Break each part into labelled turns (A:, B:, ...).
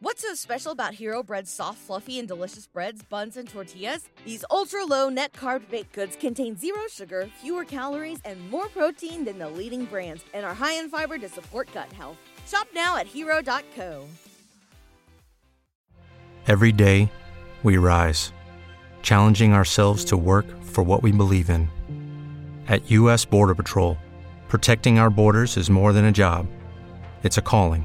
A: What's so special about Hero Bread's soft, fluffy, and delicious breads, buns, and tortillas? These ultra low net carb baked goods contain zero sugar, fewer calories, and more protein than the leading brands, and are high in fiber to support gut health. Shop now at hero.co.
B: Every day, we rise, challenging ourselves to work for what we believe in. At U.S. Border Patrol, protecting our borders is more than a job, it's a calling.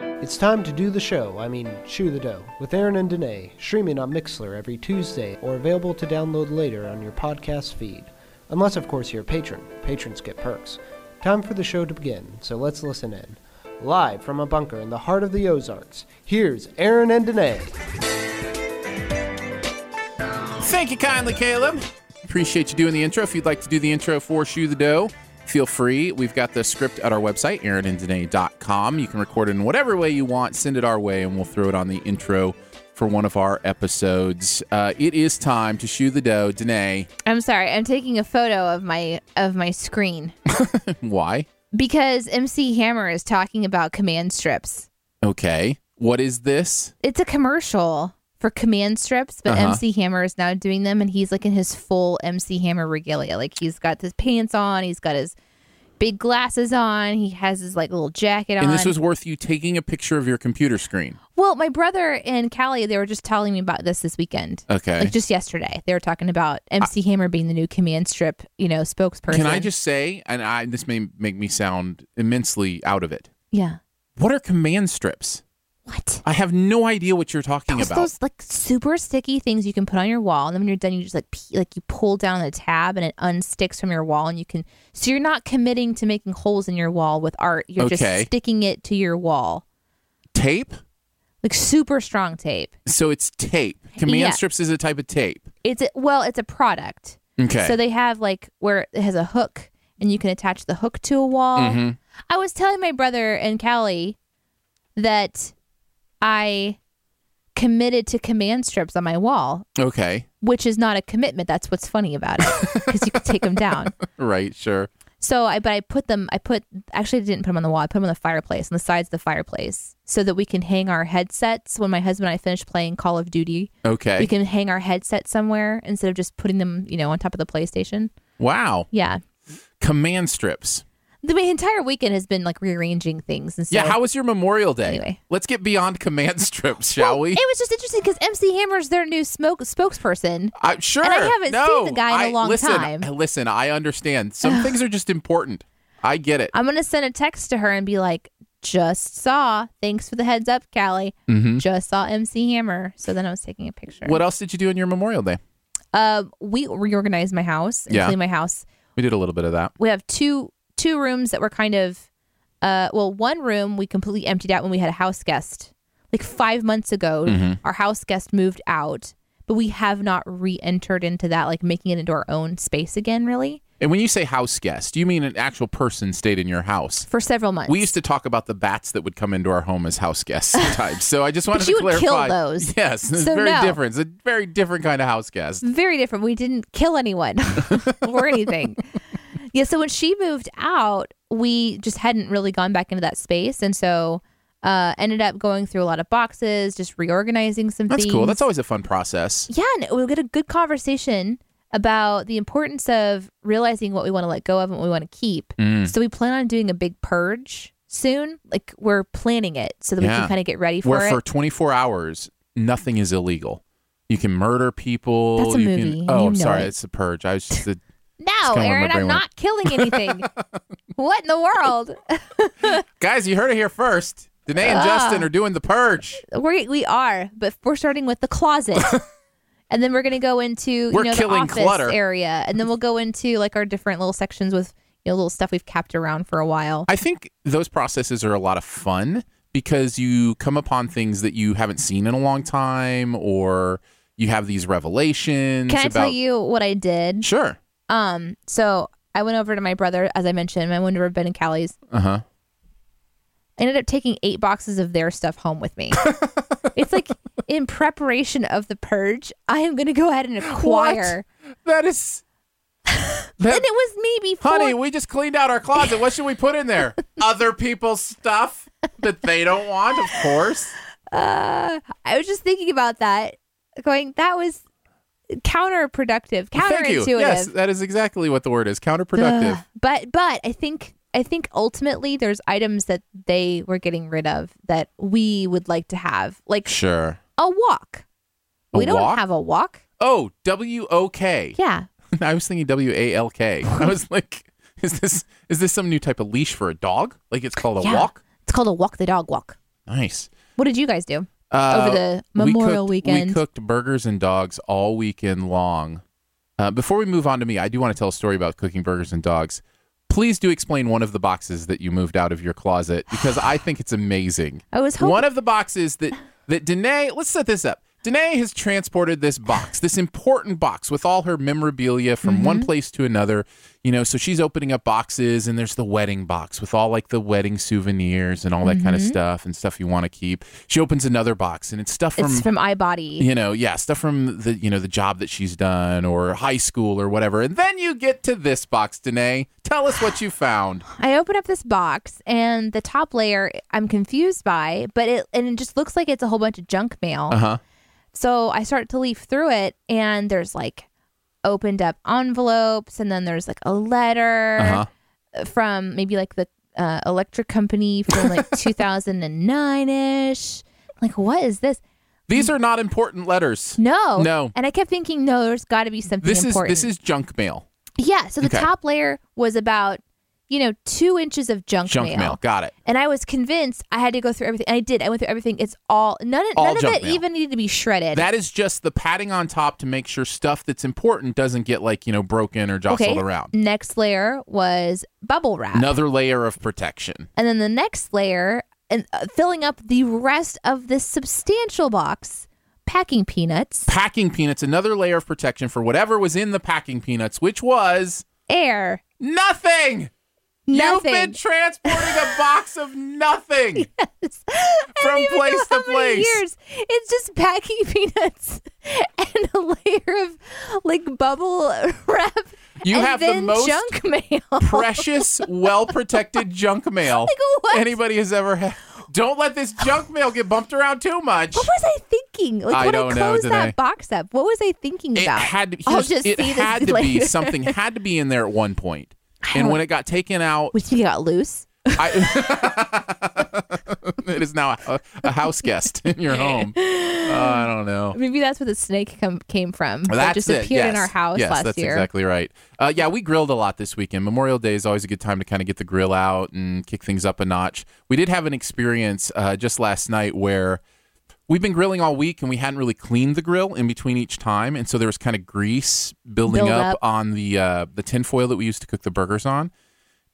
C: It's time to do the show, I mean, Shoe the Dough, with Aaron and Danae, streaming on Mixler every Tuesday or available to download later on your podcast feed. Unless, of course, you're a patron. Patrons get perks. Time for the show to begin, so let's listen in. Live from a bunker in the heart of the Ozarks, here's Aaron and Danae.
D: Thank you kindly, Caleb. Appreciate you doing the intro. If you'd like to do the intro for Shoe the Dough, feel free. We've got the script at our website, aaronanddenay.com. You can record it in whatever way you want, send it our way, and we'll throw it on the intro for one of our episodes. Uh, it is time to Shoe the Dough. Danae,
E: I'm sorry. I'm taking a photo of my of my screen
D: why?
E: because MC Hammer is talking about command strips.
D: Okay. What is this?
E: It's a commercial for command strips, but
D: Uh-huh.
E: MC Hammer is now doing them, and he's like in his full MC Hammer regalia. Like he's got his pants on, he's got his big glasses on, he has his like little jacket on.
D: And this was worth you taking a picture of your computer screen.
E: well, my brother and Callie, they were just telling me about this this weekend.
D: Okay.
E: Like just yesterday, they were talking about MC Hammer being the new command strip, you know, spokesperson.
D: Can I just say, and I this may make me sound immensely out of it.
E: Yeah.
D: What are command strips?
E: What?
D: I have no idea what you're talking
E: Those,
D: about.
E: those like super sticky things you can put on your wall, and then when you're done, you just like pe- like you pull down the tab, and it unsticks from your wall, and you can. So you're not committing to making holes in your wall with art. You're
D: Okay.
E: just sticking it to your wall,
D: tape?
E: like super strong tape.
D: So it's tape. Command
E: Yeah.
D: strips is a type of tape.
E: It's a, well, it's a product.
D: Okay.
E: So they have like where it has a hook, and you can attach the hook to a wall.
D: Mhm.
E: I was telling my brother and Callie that I committed to command strips on my wall
D: Okay.
E: which is not a commitment. That's what's funny about it because you can take them down.
D: Right, sure.
E: So I, but I put them, I put, actually I didn't put them on the wall. I put them on the fireplace, on the sides of the fireplace so that we can hang our headsets when my husband and I finish playing Call of Duty.
D: Okay.
E: We can hang our headsets somewhere instead of just putting them, you know, on top of the PlayStation.
D: wow.
E: Yeah.
D: Command strips.
E: The my entire weekend has been like rearranging things. And so,
D: yeah, how was your Memorial Day?
E: Anyway.
D: Let's get beyond command strips, shall
E: Well,
D: we?
E: It was just interesting because MC Hammer's their new smoke spokesperson.
D: I, sure.
E: and I haven't
D: no,
E: seen the guy in a
D: I-
E: long
D: listen,
E: time.
D: Listen, I understand. Some things are just important. I get it.
E: I'm gonna send a text to her and be like, "Just saw. Thanks for the heads up, Callie. Just saw MC Hammer." So then I was taking a picture.
D: Mm-hmm. What else did you do on your Memorial Day?
E: Uh, we reorganized my house and
D: Yeah.
E: cleaned my house.
D: We did a little bit of that.
E: We have two two rooms that were kind of, uh, well, one room we completely emptied out when we had a house guest. Like five months ago,
D: Mm-hmm.
E: our house guest moved out, but we have not re-entered into that, like making it into our own space again, really,
D: And when you say house guest, do you mean an actual person stayed in your house?
E: for several months.
D: We used to talk about the bats that would come into our home as house guests sometimes. So I just wanted
E: you
D: to
E: would kill
D: clarify.
E: those.
D: Yes, it's
E: So
D: very
E: no. Mm,
D: different. It's a very different kind of house guest.
E: very different. We didn't kill anyone or anything. yeah. So when she moved out, we just hadn't really gone back into that space, and so uh, ended up going through a lot of boxes, just reorganizing some
D: That's
E: things.
D: cool. That's always a fun process.
E: yeah, and we get a good conversation about the importance of realizing what we want to let go of and what we want to keep.
D: Mm.
E: So we plan on doing a big purge soon. Like we're planning it so that we
D: Yeah.
E: can kind of get ready for
D: Where
E: it.
D: for 24 hours, nothing is illegal. You can murder people.
E: That's a
D: you
E: movie,
D: Can,
E: and
D: oh,
E: you
D: I'm
E: know
D: sorry.
E: it.
D: It's a purge. I was just. A,
E: no,
D: kinda where my
E: Aaron,
D: brain
E: I'm
D: went.
E: not killing anything. what in the world?
D: guys, you heard it here first. Danae
E: Ah.
D: and Justin are doing the purge.
E: we we are, but we're starting with the closet. and then we're going to go into you
D: We're
E: know, the
D: killing
E: office
D: clutter.
E: area and then we'll go into like our different little sections with you know little stuff we've kept around for a while.
D: I think those processes are a lot of fun because you come upon things that you haven't seen in a long time or you have these revelations.
E: Can I
D: about,
E: tell you what I did?
D: Sure.
E: Um, so I went over to my brother, as I mentioned, my one over Ben and Callie's.
D: Uh huh.
E: I ended up taking eight boxes of their stuff home with me. it's like in preparation of the purge, I am going to go ahead and acquire.
D: That is.
E: And it was me before.
D: Honey, we just cleaned out our closet. What should we put in there? Other people's stuff that they don't want, of course.
E: uh, I was just thinking about that, going, that was counterproductive,
D: Thank you.
E: counterintuitive.
D: Yes, that is exactly what the word is. Counterproductive.
E: Ugh. But but I think I think ultimately there's items that they were getting rid of that we would like to have, like
D: Sure.
E: a walk.
D: A
E: we don't
D: walk?
E: have a walk.
D: Oh, W O K.
E: Yeah.
D: I was thinking W A L K. I was like, is this is this some new type of leash for a dog? Like it's called a
E: Yeah.
D: walk?
E: It's called a walk the dog walk.
D: Nice.
E: What did you guys do?
D: Uh,
E: Over the
D: we
E: Memorial
D: cooked-
E: weekend.
D: We cooked burgers and dogs all weekend long. Uh, before we move on to me, I do want to tell a story about cooking burgers and dogs. Please do explain one of the boxes that you moved out of your closet because I think it's amazing.
E: I was hoping
D: One of the boxes that that Danae, let's set this up. Danae has transported this box, this important box with all her memorabilia from one
E: Mm-hmm.
D: place to another. You know, so she's opening up boxes and there's the wedding box with all like the wedding souvenirs and all that
E: Mm-hmm.
D: kind of stuff and stuff you want to keep. She opens another box and it's stuff from
E: it's from iBody.
D: you know, yeah, stuff from the you know the job that she's done or high school or whatever. And then you get to this box, Danae. Tell us what you found.
E: I open up this box and the top layer I'm confused by, but it and it just looks like it's a whole bunch of junk mail.
D: Uh-huh.
E: So I start to leaf through it and there's like opened up envelopes and then there's like a letter
D: Uh-huh.
E: from maybe like the uh, electric company from like 2009ish. Like what is this?
D: These are not important letters.
E: No.
D: No.
E: And I kept thinking no, there's got to be something
D: This
E: important.
D: is this is junk mail.
E: Yeah, so the
D: Okay.
E: top layer was about you know, 2 inches of junk,
D: Junk mail. Got it.
E: And I was convinced I had to go through everything. And I did. I went through everything. It's all none of
D: All
E: none of
D: junk
E: it
D: mail.
E: even needed to be shredded.
D: That is just the padding on top to make sure stuff that's important doesn't get like, you know, broken or jostled
E: okay.
D: around.
E: Next layer was bubble wrap.
D: Another layer of protection.
E: And then the next layer and uh, filling up the rest of this substantial box, packing peanuts,
D: Packing peanuts, another layer of protection for whatever was in the packing peanuts, which was
E: air,
D: nothing.
E: nothing.
D: You've been transporting a box of nothing
E: I don't
D: from
E: even know
D: place to
E: how many
D: place.
E: Years. It's just packing peanuts and a layer of like bubble wrap.
D: You
E: and
D: have the
E: then
D: most
E: junk mail.
D: Precious, well protected junk mail
E: what?
D: anybody has ever had. Don't let this junk mail get bumped around too much.
E: What was I thinking? Like
D: I
E: when
D: don't
E: I
D: know,
E: closed
D: Danae.
E: that box up, what was I thinking
D: It
E: about?
D: had to,
E: I'll
D: here's-
E: just
D: it
E: see this
D: had to be
E: later.
D: something had to be in there at one point.
E: I
D: And
E: don't-
D: when it got taken out,
E: Which you got loose.
D: I, it is now a, a house guest in your home. Uh, I don't know.
E: Maybe that's where the snake come, came from.
D: Well, That's
E: that just
D: it,
E: appeared in
D: yes.
E: our house
D: yes,
E: last
D: that's
E: year.
D: exactly right. Uh, yeah, we grilled a lot this weekend. Memorial Day is always a good time to kind of get the grill out and kick things up a notch. We did have an experience uh, just last night where we've been grilling all week and we hadn't really cleaned the grill in between each time, and so there was kind of grease building
E: Build
D: up,
E: up.
D: on the uh, the tinfoil that we used to cook the burgers on.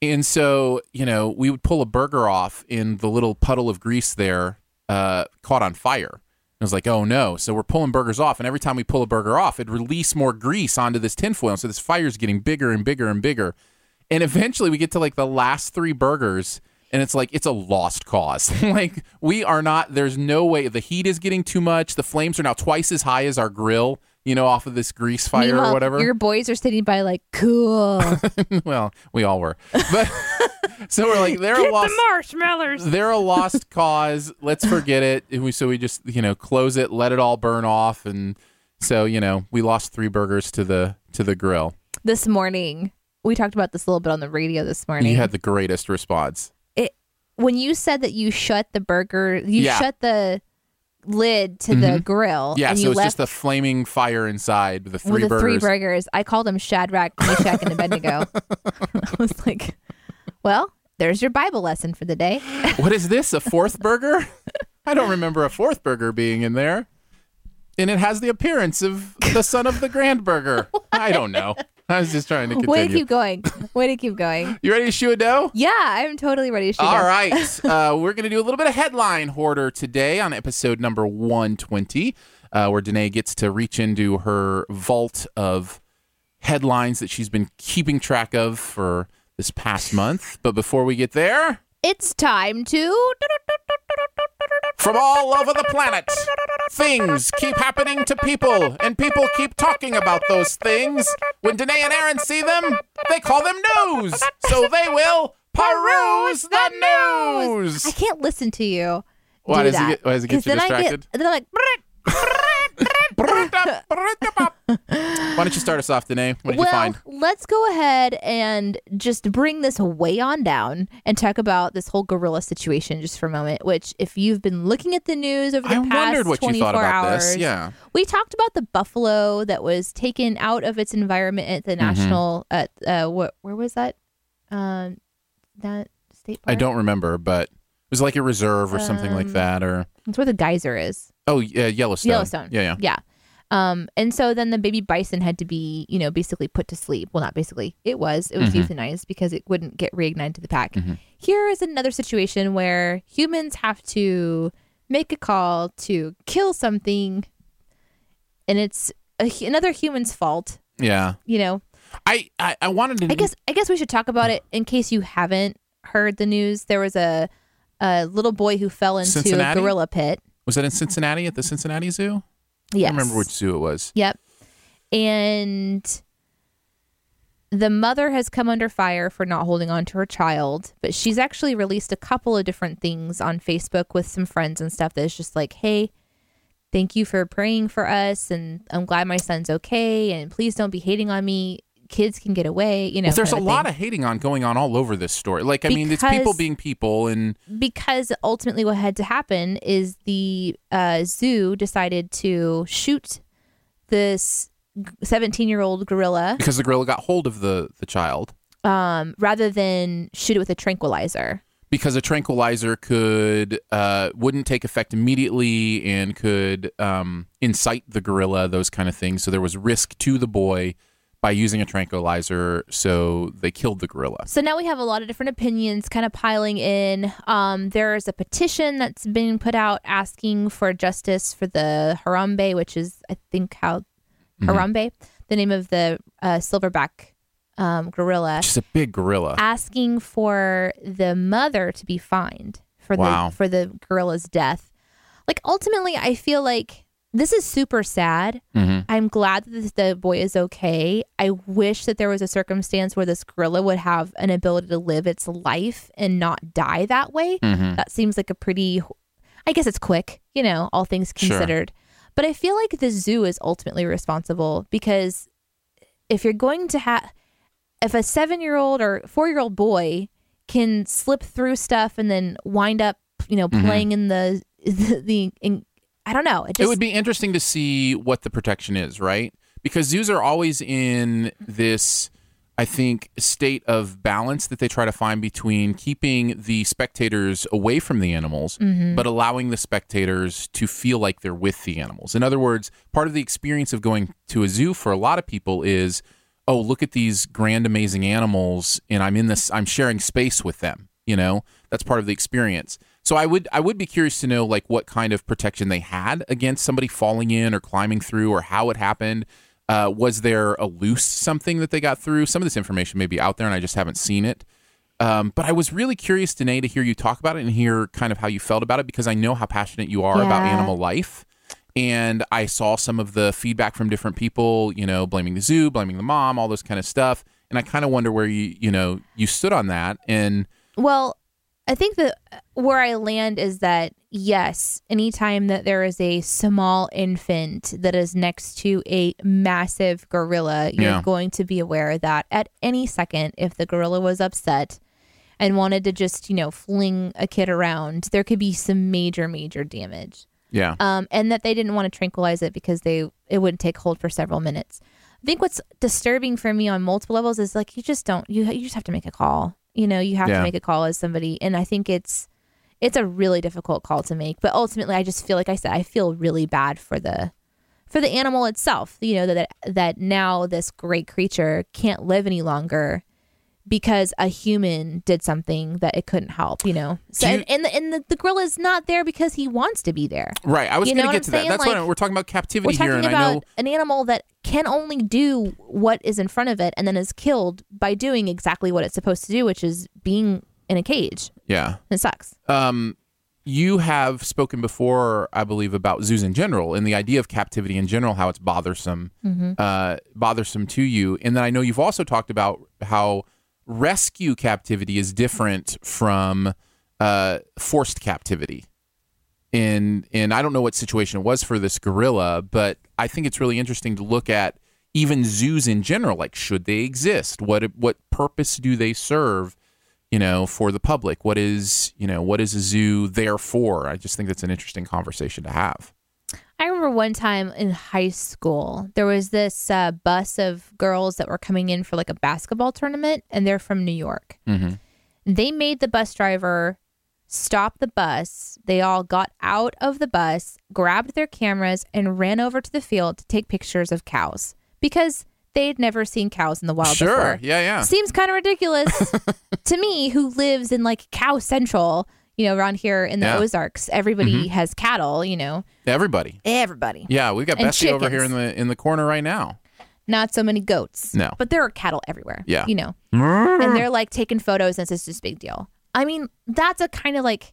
D: And so, you know, we would pull a burger off and the little puddle of grease there uh, caught on fire. I was like, oh no. So we're pulling burgers off. And every time we pull a burger off, it'd release more grease onto this tinfoil. And so this fire's getting bigger and bigger and bigger. And eventually we get to like the last three burgers. And it's like, it's a lost cause. like, we are not, there's no way. The heat is getting too much. The flames are now twice as high as our grill, you know, off of this grease fire
E: Meanwhile,
D: or whatever
E: Your boys are sitting by like, cool.
D: well, we all were. But so we're like, they're a lost. marshmallows. They're a lost cause. Let's forget it. And we, so we just you know close it, let it all burn off, and so you know we lost three burgers to the to the grill.
E: this morning, we talked about this a little bit on the radio this morning.
D: You had the greatest response.
E: it, when you said that you shut the burger, you
D: Yeah. Mm-hmm.
E: shut the lid to the grill,
D: Yeah,
E: and
D: so
E: you
D: it's
E: left
D: just the flaming fire inside with the three
E: with the three
D: burgers.
E: burgers. I called them Shadrach, Meshach, and Abednego. I was like, well, there's your Bible lesson for the day.
D: what is this? A fourth burger? I don't remember a fourth burger being in there. And it has the appearance of the son of the grand burger. I don't know. I was just trying to continue.
E: Way to keep going. Way to keep going.
D: You ready to shoe a dough?
E: Yeah, I'm totally ready to shoot.
D: All
E: up.
D: right. uh, we're going to do a little bit of headline hoarder today on episode number 120. uh, where Danae gets to reach into her vault of headlines that she's been keeping track of for this past month. But before we get there,
E: It's time to.
D: from all over the planet, things keep happening to people, and people keep talking about those things. When Danae and Aaron see them, they call them news. So they will peruse the news.
E: I can't listen to you.
D: Why
E: do
D: does it
E: that.
D: get- why does it get
E: 'Cause
D: you
E: then
D: distracted?
E: I get, then I'm like.
D: Why don't you start us off, Danae? What did
E: well,
D: you find?
E: let's go ahead and just bring this way on down and talk about this whole gorilla situation just for a moment. Which, if you've been looking at the news over the
D: I
E: past
D: wondered what you
E: 24
D: thought about
E: hours,
D: this. Yeah.
E: we talked about the buffalo that was taken out of its environment at
D: Mm-hmm.
E: the national at uh, what where was that? Um, that state
D: I
E: park.
D: don't remember, but it was like a reserve or something like
E: Um,
D: that, or
E: It's where the geyser is.
D: oh, yeah, Yellowstone.
E: Yellowstone.
D: Yeah, yeah.
E: Yeah. Um, and so then the baby bison had to be, you know, basically put to sleep. Well, not basically. It was. It was
D: Mhm.
E: euthanized because it wouldn't get reignited to the pack.
D: Mhm.
E: Here is another situation where humans have to make a call to kill something, and it's a, hu- another human's fault.
D: Yeah.
E: You know,
D: I, I, I wanted to.
E: I guess. I guess we should talk about it in case you haven't heard the news. There was a a little boy who fell into
D: Cincinnati?
E: a gorilla pit.
D: Was that in Cincinnati at the Cincinnati Zoo? I
E: Yes.
D: don't remember which zoo it was.
E: Yep. And the mother has come under fire for not holding on to her child, but she's actually released a couple of different things on Facebook with some friends and stuff that's just like, hey, thank you for praying for us. And I'm glad my son's okay. And please don't be hating on me. Kids can get away. You know,
D: Well, there's a
E: kind
D: lot
E: thing.
D: of hating on going on all over this story. Like, I mean, it's
E: Because-
D: people being people, and
E: because ultimately what had to happen is the uh, zoo decided to shoot this 17 year old gorilla.
D: because the gorilla got hold of the the child,
E: um, rather than shoot it with a tranquilizer.
D: because a tranquilizer could uh, wouldn't take effect immediately and could um, incite the gorilla, those kind of things. So there was risk to the boy by using a tranquilizer. So they killed the gorilla.
E: So now we have a lot of different opinions kind of piling in. Um, there's a petition that's been put out asking for justice for the Harambe, which is, I think, how Harambe, the name of the uh, silverback um, gorilla,
D: She's a big gorilla.
E: asking for the mother to be fined for
D: Wow.
E: the for the gorilla's death. Like ultimately, I feel like this is super sad.
D: Mhm.
E: I'm glad that this, the boy is okay. I wish that there was a circumstance where this gorilla would have an ability to live its life and not die that way.
D: Mm-hmm.
E: That seems like a pretty, I guess it's quick, you know, all things
D: Sure.
E: considered. But I feel like the zoo is ultimately responsible because if you're going to have, if a seven year old or four year old boy can slip through stuff and then wind up, you know, playing in the, the, in, I don't know. It, just,
D: Mm-hmm. it would be interesting to see what the protection is, right? Because zoos are always in this, I think, state of balance that they try to find between keeping the spectators away from the animals,
E: Mm-hmm.
D: but allowing the spectators to feel like they're with the animals. In other words, part of the experience of going to a zoo for a lot of people is, oh, look at these grand, amazing animals, and I'm in this, I'm sharing space with them. You know, that's part of the experience. So I would I would be curious to know like what kind of protection they had against somebody falling in or climbing through or how it happened. Uh, was there a loose something that they got through? Some of this information may be out there and I just haven't seen it. Um, but I was really curious, Danae, to hear you talk about it and hear kind of how you felt about it because I know how passionate you are about
E: Yeah.
D: animal life. And I saw some of the feedback from different people, you know, blaming the zoo, blaming the mom, all this kind of stuff. And I kind of wonder where you, you know, you stood on that. And
E: Well, I think that where I land is that yes, anytime that there is a small infant that is next to a massive gorilla, you're
D: Yeah.
E: going to be aware that at any second, if the gorilla was upset and wanted to just, you know, fling a kid around, there could be some major, major damage
D: yeah,
E: um, and that they didn't want to tranquilize it because they it wouldn't take hold for several minutes. I think what's disturbing for me on multiple levels is like you just don't you you just have to make a call. You know, you have
D: Yeah.
E: to make a call as somebody, and I think it's it's a really difficult call to make. But ultimately, I just feel like I said I feel really bad for the for the animal itself. You know that that now this great creature can't live any longer because a human did something that it couldn't help, you know. So
D: Do you-
E: and, and the and the, the gorilla's not there because he wants to be there.
D: Right. I was
E: You
D: going
E: know
D: to
E: what
D: get
E: I'm
D: to that.
E: saying?
D: That's why
E: Like,
D: we're talking about captivity
E: We're
D: here,
E: talking
D: and I know
E: about an animal that can only do what is in front of it and then is killed by doing exactly what it's supposed to do, which is being in a cage.
D: Yeah.
E: It sucks.
D: Um, you have spoken before, I believe, about zoos in general and the idea of captivity in general, how it's bothersome, uh, bothersome to you. And then I know you've also talked about how rescue captivity is different from uh, forced captivity. And and I don't know what situation it was for this gorilla, but I think it's really interesting to look at even zoos in general. Like, should they exist? What what purpose do they serve? you know, for the public? What is, you know, what is a zoo there for? I just think that's an interesting conversation to have.
E: I remember one time in high school, there was this uh, bus of girls that were coming in for like a basketball tournament, and they're from New York.
D: Mhm.
E: They made the bus driver stop the bus. They all got out of the bus, grabbed their cameras, and ran over to the field to take pictures of cows because they'd never seen cows in the wild
D: sure.
E: before.
D: Yeah, yeah.
E: Seems kind of ridiculous to me, who lives in like Cow Central, you know, around here in the
D: Yeah. Mm-hmm.
E: Ozarks. Everybody has cattle, you know.
D: Everybody.
E: Everybody.
D: Yeah, we've got
E: And
D: Bessie over here in
E: chickens.
D: the in the corner right now.
E: Not so many goats.
D: No.
E: But there are cattle everywhere.
D: Yeah.
E: You know. and they're like taking photos and it's just this big deal. I mean, that's a kind of like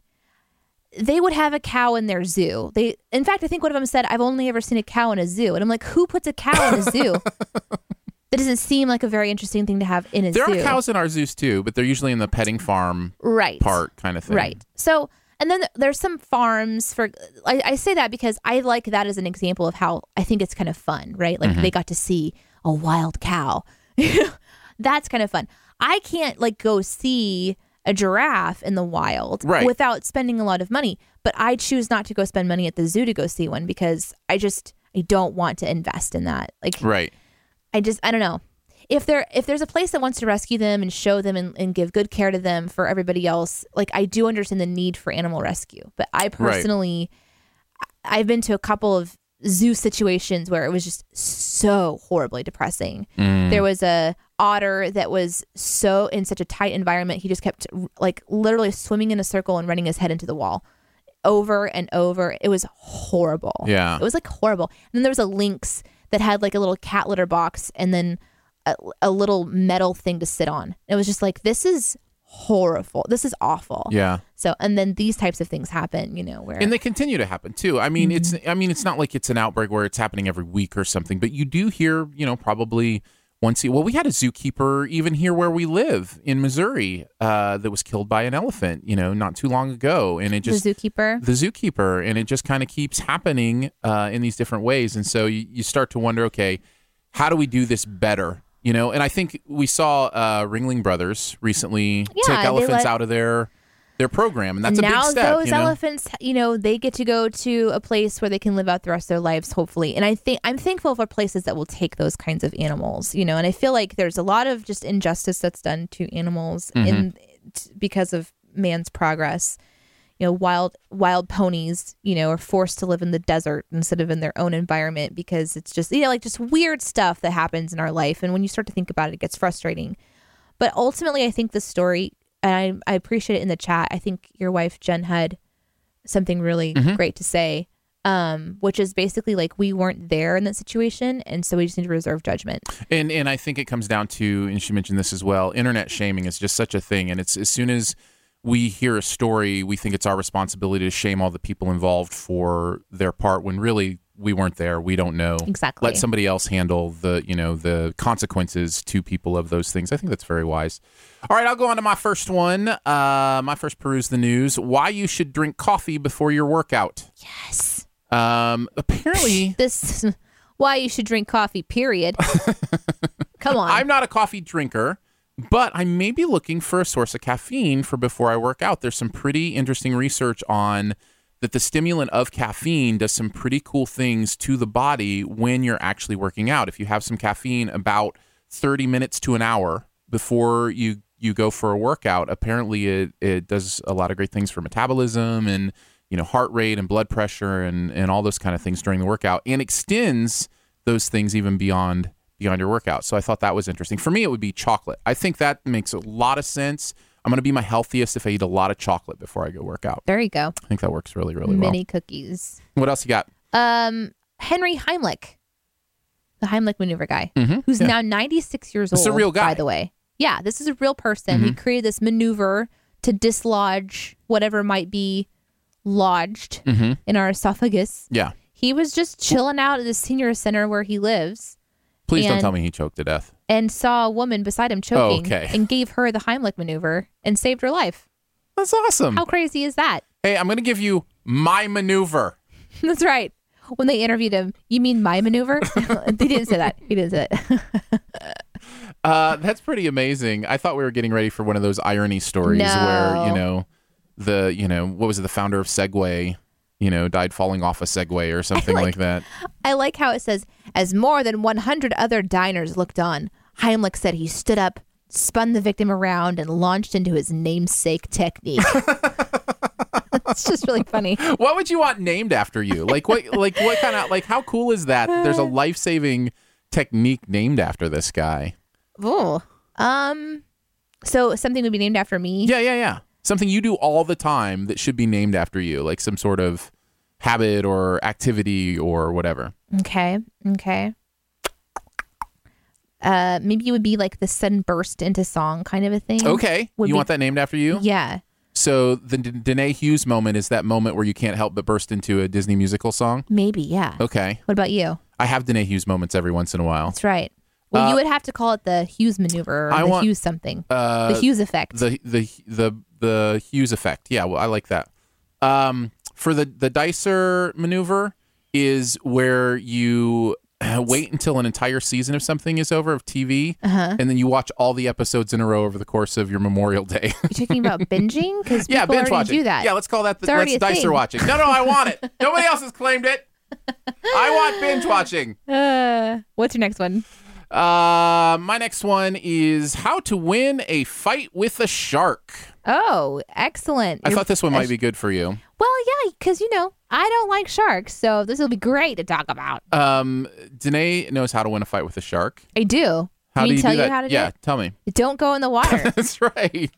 E: they would have a cow in their zoo. They in fact I think one of them said, I've only ever seen a cow in a zoo. And I'm like, who puts a cow in a zoo? That doesn't seem like a very interesting thing to have in a
D: There
E: zoo.
D: are cows in our zoos too, but they're usually in the petting farm
E: right.
D: part kind of thing.
E: Right. So, and then there's some farms for. I, I say that because I like that as an example of how I think it's kind of fun, right? Like
D: Mm-hmm.
E: they got to see a wild cow. That's kind of fun. I can't like go see a giraffe in the wild
D: Right.
E: without spending a lot of money, but I choose not to go spend money at the zoo to go see one because I just I don't want to invest in that. Like
D: Right.
E: I just I don't know. If there if there's a place that wants to rescue them and show them and, and give good care to them for everybody else, like I do understand the need for animal rescue. But I personally I- I've been to a couple of zoo situations where it was just so horribly depressing. There was a otter that was so in such a tight environment, he just kept like literally swimming in a circle and running his head into the wall over and over. It was horrible.
D: Yeah.
E: It was like horrible. And then there was a lynx that had like a little cat litter box and then a, a little metal thing to sit on. It was just like, this is horrible. This is awful.
D: Yeah.
E: So, and then these types of things happen, you know, where.
D: And they continue to happen too. I mean,
E: Mm-hmm.
D: it's I mean, it's not like it's an outbreak where it's happening every week or something, but you do hear, you know, probably once. A, well, we had a zookeeper even here where we live in Missouri uh, that was killed by an elephant, you know, not too long ago, and it just
E: the zookeeper.
D: the zookeeper, and it just kind of keeps happening uh, in these different ways, and so you, you start to wonder, okay, how do we do this better? You know, and I think we saw uh, Ringling Brothers recently
E: Yeah,
D: take
E: they
D: elephants
E: let-
D: out of their their program, and that's
E: and
D: a
E: now
D: big step.
E: those
D: you know?
E: elephants, you know, they get to go to a place where they can live out the rest of their lives, hopefully. And I think I'm thankful for places that will take those kinds of animals, you know. And I feel like there's a lot of just injustice that's done to animals
D: Mm-hmm.
E: in t- because of man's progress. You know, wild wild ponies, you know, are forced to live in the desert instead of in their own environment because it's just you know like just weird stuff that happens in our life. And when you start to think about it, it gets frustrating. But ultimately, I think the story, and I, I appreciate it in the chat. I think your wife, Jen, had something really great to say, um, which is basically like we weren't there in that situation. And so we just need to reserve judgment.
D: And and I think it comes down to, and she mentioned this as well. Internet shaming is just such a thing, and it's as soon as we hear a story, we think it's our responsibility to shame all the people involved for their part, when really we weren't there. We don't know
E: Exactly.
D: Let somebody else handle the you know the consequences to people of those things. I think that's very wise. All right, I'll go on to my first one. Uh, my first peruse the news: why you should drink coffee before your workout.
E: Yes.
D: Um, apparently.
E: This is why you should drink coffee, period. Come on.
D: I'm not a coffee drinker, but I may be looking for a source of caffeine for before I work out. There's some pretty interesting research on that the stimulant of caffeine does some pretty cool things to the body when you're actually working out. If you have some caffeine about 30 minutes to an hour before you you go for a workout, apparently it it does a lot of great things for metabolism and you know heart rate and blood pressure and and all those kind of things during the workout and extends those things even beyond beyond your workout. So I thought that was interesting. For me, it would be chocolate. I think that makes a lot of sense. I'm going to be my healthiest if I eat a lot of chocolate before I go work out.
E: There you go.
D: I think that works really, really
E: Mini
D: well.
E: cookies.
D: What else you got?
E: Um, Henry Heimlich, the Heimlich maneuver guy,
D: Mhm,
E: who's
D: yeah.
E: now 96 years
D: This
E: old.
D: is a real guy. Mm-hmm.
E: by the way. Yeah, this is a real person. He created this maneuver to dislodge whatever might be lodged
D: Mhm.
E: in our esophagus.
D: Yeah.
E: He was just chilling out at the senior center where he lives
D: Please don't
E: And-
D: tell me he choked to death.
E: and saw a woman beside him choking
D: okay.
E: and gave her the Heimlich maneuver and saved her life.
D: That's awesome.
E: How crazy is that?
D: Hey, I'm going to give you my maneuver.
E: That's right. When they interviewed him, you mean my maneuver? they didn't say that. He didn't say it.
D: Uh, that's pretty amazing. I thought we were getting ready for one of those irony stories where, you
E: No.
D: know, the, you know, what was it, the founder of Segway, you know, died falling off a Segway or something like,
E: like-
D: that.
E: I like how it says, as more than 100 other diners looked on, Heimlich said he stood up, spun the victim around, and launched into his namesake technique. it's just really funny.
D: What would you want named after you? Like what like what kind of like how cool is that? that There's a life-saving technique named after this guy.
E: Ooh. Um, so something would be named after me.
D: Yeah, yeah, yeah. Something you do all the time that should be named after you, like some sort of habit or activity or whatever.
E: Okay. Okay. Uh, maybe it would be like the sudden burst into song kind of a thing.
D: Okay.
E: Would
D: you
E: be-
D: want that named after you?
E: Yeah.
D: So the D- Danae Hughes moment is that moment where you can't help but burst into a Disney musical song.
E: Maybe. Yeah.
D: Okay,
E: What about you?
D: I have Danae Hughes moments every once in a while.
E: That's right. Well,
D: Uh,
E: you would have to call it the Hughes maneuver or
D: I
E: the
D: want-
E: Hughes something.
D: Uh,
E: the Hughes effect.
D: the the the the Hughes effect. Yeah, well, I like that. Um, for the the Dicer maneuver is where you uh, wait until an entire season of something is over of TV,
E: Uh-huh.
D: and then you watch all the episodes in a row over the course of your Memorial Day.
E: You're talking about binging? Because
D: yeah,
E: people
D: binge
E: already
D: watching.
E: do that.
D: Yeah, let's call that the
E: It's already
D: let's
E: a
D: Dicer
E: thing.
D: watching. No, no, I want it. Nobody else has claimed it. I want binge watching.
E: Uh, what's your next one?
D: Uh, my next one is how to win a fight with a shark.
E: Oh, excellent.
D: I
E: You're-
D: thought this one
E: a
D: might
E: sh-
D: be good for you.
E: Well, yeah, because, you know, I don't like sharks, so this will be great to talk about.
D: Um, Danae knows how to win a fight with a shark.
E: I do.
D: How
E: Let
D: do
E: me
D: you
E: tell
D: do that?
E: you how to do
D: yeah,
E: it.
D: tell me.
E: Don't go in the water.
D: That's right.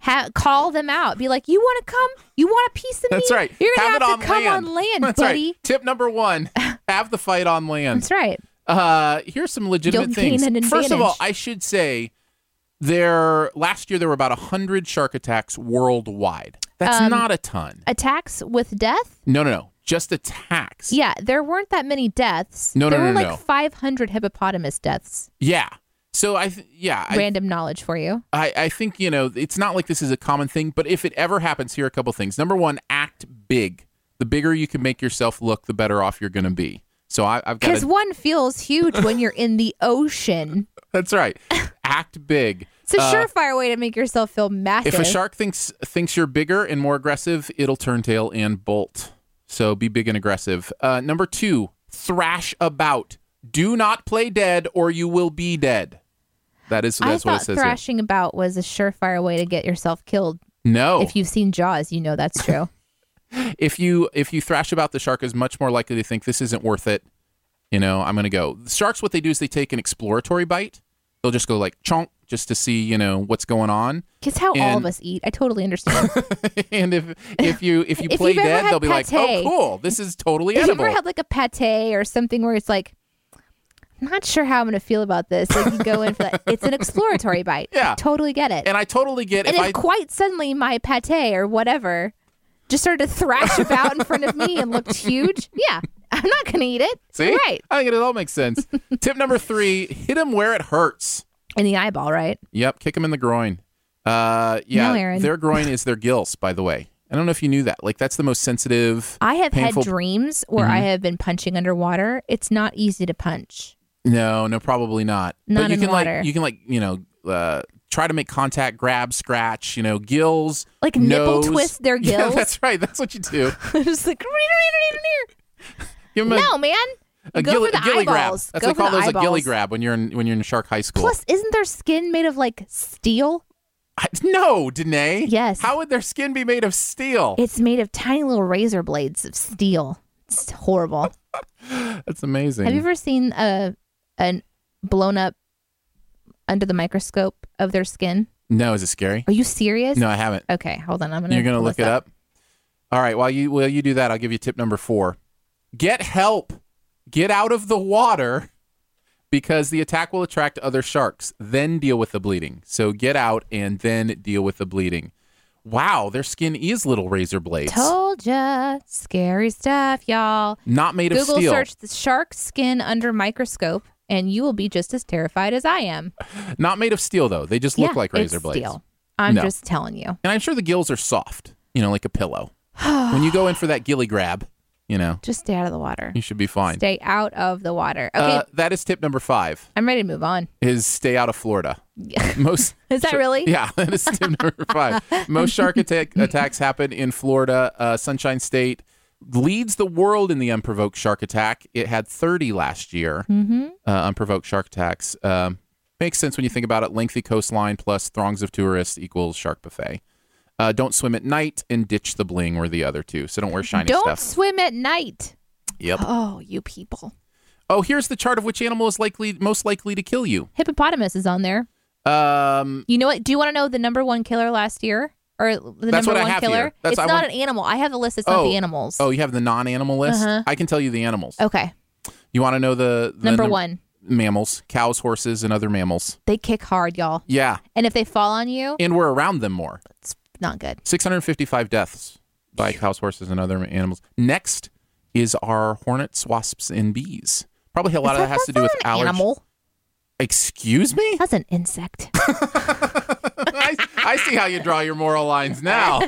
E: ha- call them out. Be like, you want to come? You want a piece of me?
D: That's right.
E: You're going
D: Have
E: to
D: it
E: have
D: on
E: to come
D: land.
E: on land,
D: That's
E: buddy.
D: Right. Tip number one: have the fight on land.
E: That's right.
D: Uh, here's some legitimate
E: You'll gain
D: things.
E: an
D: First of all,
E: advantage.
D: I should say there last year there were about hundred shark attacks worldwide. That's
E: Um,
D: not a ton.
E: Attacks with death?
D: No, no, no. Just attacks.
E: Yeah, there weren't that many deaths.
D: No, no,
E: there
D: no,
E: were
D: no,
E: like
D: no.
E: 500 hippopotamus deaths.
D: Yeah. So I, th- yeah, I,
E: Random knowledge for you.
D: I, I think you know it's not like this is a common thing, but if it ever happens, here are a couple things. Number one, act big. The bigger you can make yourself look, the better off you're going to be. So I, I've got.
E: Because
D: to
E: one feels huge when you're in the ocean.
D: That's right. act big.
E: It's a
D: Uh,
E: surefire way to make yourself feel massive.
D: If a shark thinks thinks you're bigger and more aggressive, it'll turn tail and bolt. So be big and aggressive. Uh, number two, thrash about. Do not play dead, or you will be dead. That is
E: I
D: that's what
E: thought
D: it says. here.
E: thrashing about was a surefire way to get yourself killed.
D: No,
E: If you've seen Jaws, you know that's true.
D: if you if you thrash about the shark is much more likely to think this isn't worth it you know i'm gonna go sharks what they do is they take an exploratory bite they'll just go like chonk just to see you know what's going on
E: It's how all
D: And-
E: of us eat. I totally understand.
D: and if if you if you
E: If
D: play
E: you've ever
D: dead
E: had
D: they'll be like oh
E: pate-
D: cool this is totally
E: Have you ever
D: edible
E: had like a pate or something where it's like, I'm not sure how I'm going to feel about this? Like you go in for that. It's an exploratory bite.
D: Yeah.
E: Totally get it.
D: and i totally get
E: and
D: if
E: if
D: i
E: quite suddenly my pate or whatever just started to thrash about in front of me and looked huge, yeah, I'm not going to eat it.
D: see
E: Right.
D: i think it all makes sense tip number three hit him where it hurts
E: In the eyeball, right?
D: yep kick him in the groin uh yeah
E: No, Aaron.
D: their groin is their gills by the way i don't know if you knew that like that's the most sensitive
E: I have
D: Painful- Mm-hmm.
E: had dreams where I have been punching underwater. It's not easy to punch.
D: No, no, probably not. but
E: Not
D: you
E: in
D: can
E: water.
D: like you can like you know uh, try to make contact, grab, scratch. You know, gills
E: Like nipple
D: nose.
E: twist their
D: Yeah,
E: gills.
D: that's right. That's what you do.
E: Just like,
D: Give 'em a,
E: no, man.
D: a,
E: Go
D: gill-
E: for the
D: a gilly grab.
E: eyeballs.
D: That's what
E: Go
D: they
E: for
D: call
E: the
D: those a gilly
E: eyeballs.
D: grab when you're in when you're in shark high school.
E: Plus, isn't their skin made of like steel?
D: I- no, Danae.
E: Yes.
D: How would their skin be made of steel?
E: It's made of tiny little razor blades of steel. It's horrible.
D: that's amazing.
E: Have you ever seen a an blown up under the microscope of their skin?
D: No, is it scary?
E: Are you serious?
D: No, I haven't.
E: Okay, hold on. I'm gonna.
D: You're gonna
E: pull
D: look
E: this
D: it up. All right. While you while you do that, I'll give you tip number four. Get help. Get out of the water because the attack will attract other sharks. Then deal with the bleeding. So get out and then deal with the bleeding. Wow, their skin is little razor blades.
E: Told ya, scary stuff, y'all.
D: Not made of
E: Google
D: steel.
E: search the shark skin under microscope, and you will be just as terrified as I am.
D: Not made of steel though. They just look
E: Yeah,
D: like razor
E: it's
D: blades.
E: Steel. I'm
D: No.
E: just telling you.
D: And I'm sure the gills are soft, you know, like a pillow. when you go in for that gilly grab, you know,
E: Just stay out of the water.
D: you should be fine.
E: Stay out of the water. Okay,
D: Uh, that is tip number five.
E: I'm ready to move on.
D: is stay out of Florida. Most
E: Is that really?
D: yeah, that is tip number five. Most shark attack attacks happen in Florida. Uh, Sunshine State leads the world in the unprovoked shark attack. It had 30 last year. Mm-hmm. Uh, unprovoked shark attacks um, makes sense when you think about it. Lengthy coastline plus throngs of tourists equals shark buffet. Uh, don't swim at night and ditch the bling were the other two. So don't wear shiny
E: Don't
D: stuff.
E: swim at night.
D: yep.
E: Oh, you people.
D: Oh, here's the chart of which animal is likely most likely to kill you.
E: Hippopotamus is on there.
D: Um,
E: You know what? Do you want to know the number one killer last year? Or the
D: That's
E: number
D: what I
E: one
D: have
E: killer?
D: here. That's-
E: it's
D: I
E: not
D: want-
E: an animal. I have the list. It's not the animals.
D: Oh, you have the non-animal list.
E: Uh-huh.
D: I can tell you the animals.
E: Okay.
D: You want to know the, the
E: Number
D: num-
E: one.
D: mammals, cows, horses, and other mammals.
E: They kick hard, y'all.
D: Yeah,
E: And if they fall on you,
D: and we're around them more.
E: it's not good.
D: 655 deaths by cows, horses, and other animals. Next is our hornets, wasps, and bees. Probably a lot of that has to do with
E: an
D: allergy-
E: animal.
D: Excuse me?
E: That's an insect.
D: I, I see how you draw your moral lines now.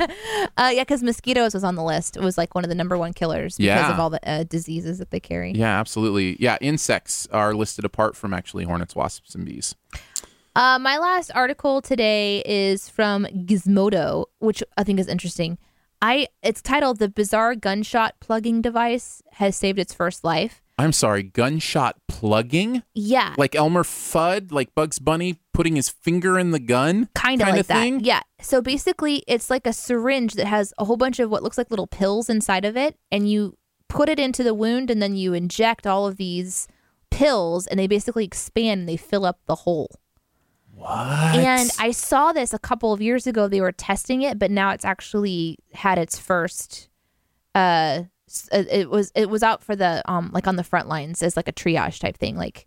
E: uh, yeah, because mosquitoes was on the list. It was like one of the number one killers because
D: Yeah.
E: of all the uh, diseases that they carry.
D: Yeah, absolutely. Yeah, insects are listed apart from actually hornets, wasps, and bees.
E: Uh, my last article today is from Gizmodo, which I think is interesting. I it's titled "The Bizarre Gunshot Plugging Device Has Saved Its First Life."
D: I'm sorry, gunshot plugging?
E: Yeah,
D: like Elmer Fudd, like Bugs Bunny putting his finger in the gun,
E: kind of
D: kinda
E: like
D: thing.
E: that. Yeah. So basically, it's like a syringe that has a whole bunch of what looks like little pills inside of it, and you put it into the wound, and then you inject all of these pills, and they basically expand and they fill up the hole.
D: What?
E: And I saw this a couple of years ago. They were testing it, but now it's actually had its first. Uh, s- uh, it was it was out for the um like on the front lines as like a triage type thing. Like,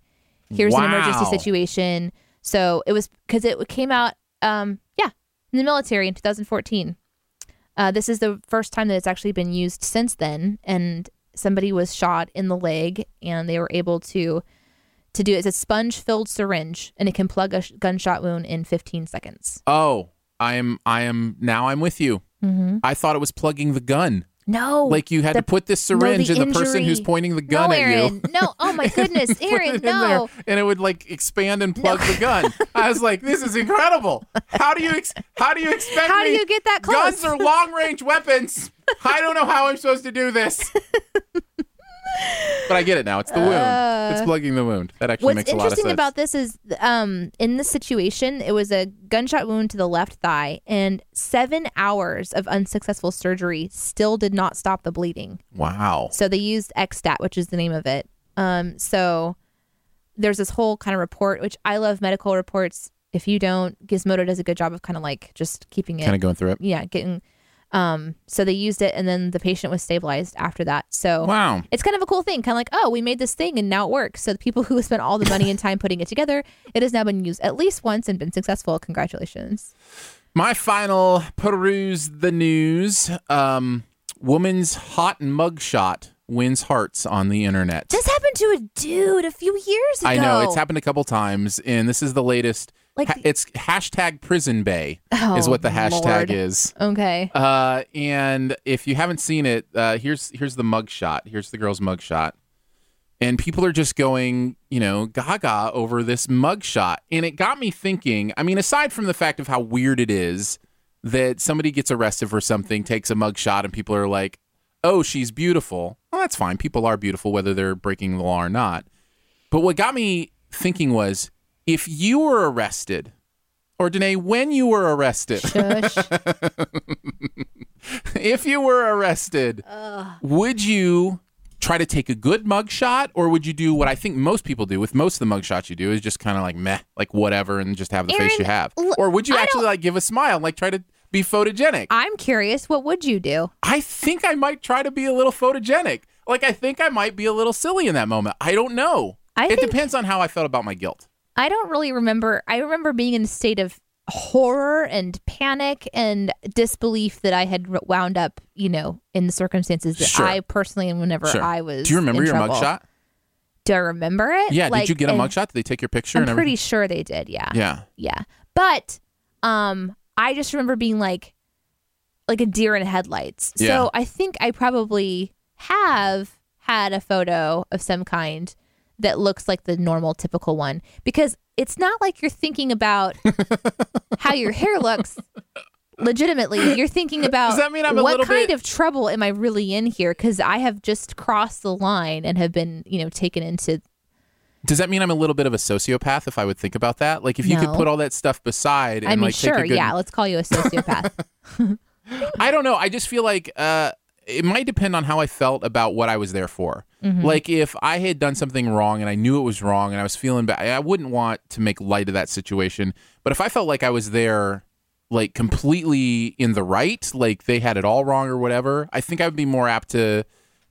E: here's an emergency
D: Wow.
E: situation. So it was because it came out um yeah in the military in 2014. Uh, this is the first time that it's actually been used since then, and somebody was shot in the leg, and they were able to to do it. It's a sponge filled syringe, and it can plug a sh- gunshot wound in 15 seconds.
D: oh, I am, I am now. I'm with you.
E: Mm-hmm.
D: I thought it was plugging the gun,
E: No,
D: like you had
E: the-
D: to put this
E: no,
D: syringe in the person
E: injury.
D: who's pointing the gun
E: no,
D: at
E: Aaron,
D: you.
E: No, oh my goodness,
D: Put
E: Aaron,
D: it in there,
E: no.
D: and it would like expand and plug the gun. I was like, "This is incredible! How do you ex- how do you expect
E: How do
D: me-
E: you get that
D: Guns
E: close?
D: are long range weapons. I don't know how I'm supposed to do this." but I get it now. It's the wound. it's plugging the wound. That actually
E: Uh, What's
D: makes a lot of sense.
E: interesting about this is, um, in this situation, it was a gunshot wound to the left thigh, and seven hours of unsuccessful surgery still did not stop the bleeding.
D: Wow.
E: So they used XStat, which is the name of it. Um, so there's this whole kind of report, which I love medical reports. If you don't, Gizmodo does a good job of kind of like just keeping it,
D: Kind of going through it.
E: yeah, getting. Um, so they used it, and then the patient was stabilized after that. So
D: Wow.
E: it's kind of a cool thing, kind of like, oh, we made this thing and now it works. So the people who spent all the money and time putting it together, it has now been used at least once and been successful. Congratulations.
D: My final peruse the news. Um, woman's hot mugshot wins hearts on the internet.
E: This happened to a dude a few years ago.
D: I know it's happened a couple times, and this is the latest.
E: Like
D: Ha-
E: the-
D: it's hashtag prison bay is
E: Oh,
D: what the hashtag
E: Lord.
D: is.
E: Okay.
D: Uh, and if you haven't seen it, uh, here's here's the mugshot. Here's the girl's mugshot. And people are just going, you know, gaga over this mugshot. And it got me thinking, I mean, aside from the fact of how weird it is that somebody gets arrested for something, takes a mugshot, and people are like, oh, she's beautiful. Well, that's fine. People are beautiful, whether they're breaking the law or not. But what got me thinking was if you were arrested, or Danae, when you were arrested,
E: Shush.
D: if you were arrested, would you try to take a good mugshot, or would you do what I think most people do with most of the mugshots you do is just kind of like meh, like whatever, and just have the face
E: Aaron,
D: you have?
E: l-
D: or would you
E: I
D: actually
E: don't-
D: like give a smile, like try to be photogenic?
E: I'm curious. What would you do?
D: I think I might try to be a little photogenic. Like I think I might be a little silly in that moment. I don't know.
E: I
D: it
E: think-
D: depends on how I felt about my guilt.
E: I don't really remember. I remember being in a state of horror and panic and disbelief that I had r- wound up, you know, in the circumstances that
D: Sure.
E: I personally and whenever
D: Sure.
E: I was.
D: Do you remember
E: in
D: your
E: trouble.
D: mugshot?
E: Do I remember it?
D: Yeah.
E: Like,
D: did you get a
E: and
D: mugshot? Did they take your picture
E: I'm
D: and
E: pretty
D: everything?
E: sure they did. Yeah.
D: yeah.
E: Yeah. But um I just remember being like like a deer in headlights.
D: Yeah.
E: So I think I probably have had a photo of some kind that looks like the normal typical one because it's not like you're thinking about how your hair looks legitimately you're thinking about
D: that mean I'm a
E: what
D: little
E: kind
D: bit-
E: of trouble am i really in here because i have just crossed the line and have been you know taken into
D: Does that mean I'm a little bit of a sociopath if I would think about that? Like if you could
E: No.
D: put all that stuff beside and
E: i mean
D: like
E: sure
D: take a good
E: yeah let's call you a sociopath
D: I don't know. I just feel like uh, it might depend on how I felt about what I was there for.
E: Mm-hmm.
D: Like if I had done something wrong and I knew it was wrong and I was feeling bad, I wouldn't want to make light of that situation. But if I felt like I was there, like completely in the right, like they had it all wrong or whatever, I think I would be more apt to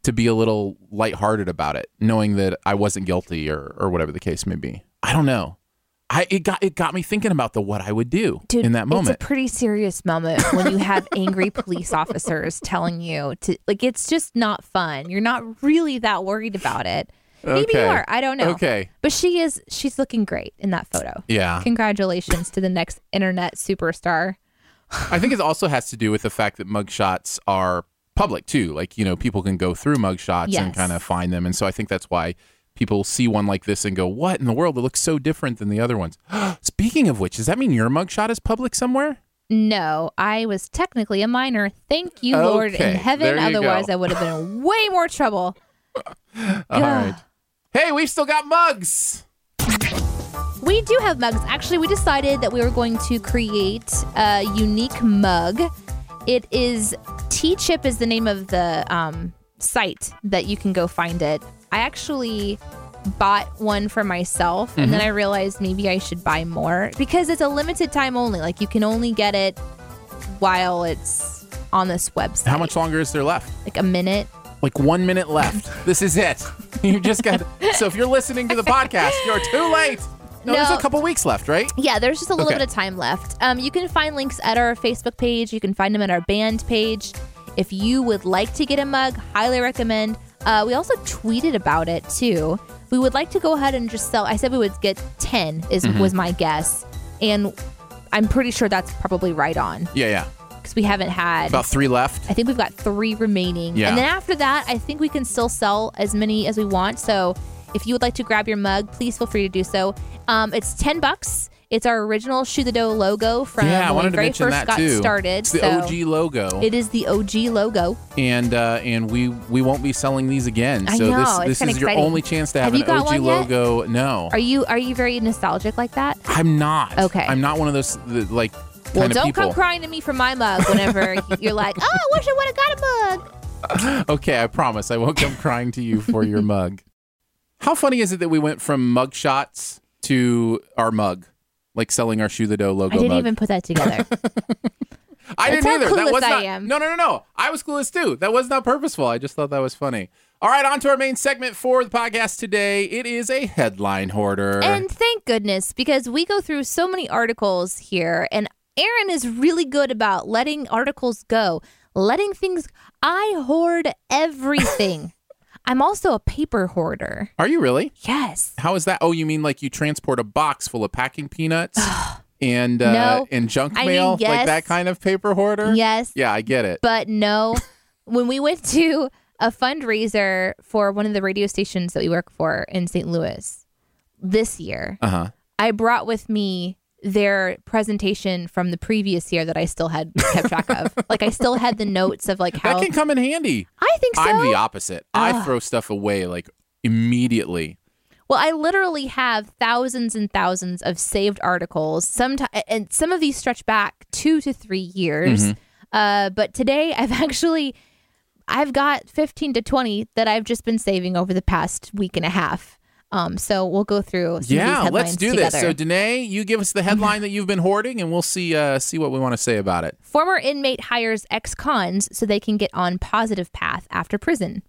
D: to be a little lighthearted about it, knowing that I wasn't guilty or or whatever the case may be. I don't know. I it got it got me thinking about the what I would do
E: Dude,
D: in that moment.
E: It's a pretty serious moment when you have angry police officers telling you to like it's just not fun. You're not really that worried about it. Maybe
D: Okay.
E: you are. I don't know.
D: Okay.
E: But she is she's looking great in that photo.
D: yeah.
E: Congratulations to the next internet superstar.
D: I think it also has to do with the fact that mugshots are public too. Like, you know, people can go through mugshots and
E: Yes.
D: kind of find them. And so I think that's why people see one like this and go, What in the world? It looks so different than the other ones. Speaking of which, does that mean your mugshot is public somewhere?
E: No, I was technically a minor. Thank you, Lord
D: Okay,
E: in heaven.
D: there you go.
E: Otherwise I would have been in way more trouble.
D: All
E: Yeah.
D: right. Hey, we've still got mugs.
E: We do have mugs. Actually, we decided that we were going to create a unique mug. It is T Chip is the name of the um, site that you can go find it. I actually bought one for myself, and
D: Mm-hmm.
E: then I realized maybe I should buy more because it's a limited time only. Like you can only get it while it's on this website.
D: How much longer is there left?
E: Like a minute.
D: Like one minute left. this is it. You just got. So if you're listening to the podcast, you're too late. No, there's
E: No.
D: a couple weeks left, right?
E: Yeah, there's just a little
D: Okay.
E: bit of time left. Um, you can find links at our Facebook page. You can find them at our band page. If you would like to get a mug, highly recommend. Uh, we also tweeted about it too. We would like to go ahead and just sell. I said we would get ten is
D: Mm-hmm.
E: was my guess, and I'm pretty sure that's probably right on
D: Yeah, yeah.
E: because we haven't had.
D: About three left.
E: I think we've got three remaining.
D: Yeah.
E: And then after that, I think we can still sell as many as we want. So if you would like to grab your mug, please feel free to do so. Um, it's 10 bucks. It's our original Shoe the Dough logo from
D: yeah, I
E: when
D: wanted
E: we
D: to
E: very
D: mention
E: first
D: that
E: got
D: too.
E: started.
D: It's the
E: so
D: OG logo.
E: It is the OG logo.
D: and uh, and we we won't be selling these again.
E: I
D: So
E: know, it's
D: this this
E: kinda
D: is your
E: exciting.
D: only chance to have,
E: Have you
D: an
E: got
D: OG
E: one yet?
D: logo. No,
E: Are you are you very nostalgic like that?
D: I'm not.
E: Okay.
D: I'm not one of those the, like kind
E: Well,
D: of
E: don't
D: people.
E: come crying to me for my mug whenever you're like, oh, I wish I would have got a mug.
D: Okay, I promise I won't come crying to you for your mug. How funny is it that we went from mug shots to our mug, like selling our shoe the dough
E: I
D: logo
E: didn't
D: mug?
E: even put that together.
D: I didn't
E: That's how
D: either. that
E: clueless
D: was
E: I
D: not.
E: am.
D: No, no, no, no. I was clueless too. That was not purposeful. I just thought that was funny. All right, on to our main segment for the podcast today. It is a headline hoarder.
E: And thank goodness, because we go through so many articles here, and Aaron is really good about letting articles go, letting things. I hoard everything. I'm also a paper hoarder.
D: Are you really?
E: Yes.
D: How is that? Oh, you mean like you transport a box full of packing peanuts and uh,
E: No.
D: and junk
E: I mean,
D: mail, like
E: yes.
D: that kind of paper hoarder?
E: Yes.
D: Yeah, I get it.
E: But no, when we went to a fundraiser for one of the radio stations that we work for in St. Louis this year,
D: Uh huh.
E: I brought with me their presentation from the previous year that I still had kept track of. like I still had the notes of like
D: That
E: how
D: can come in handy.
E: I think so.
D: I'm the opposite. I throw stuff away like immediately.
E: well, I literally have thousands and thousands of saved articles. Sometimes, and some of
D: Mm-hmm.
E: these stretch back two to three years. Uh, but today, I've actually I've got 15 to 20 that I've just been saving over the past week and a half. Um, so we'll go through. Some of these
D: yeah,
E: headlines
D: let's do
E: together.
D: this. So, Danae, you give us the headline that you've been hoarding, and we'll see uh, see what we want to say about it.
E: Former inmate hires ex cons so they can get on positive path after prison.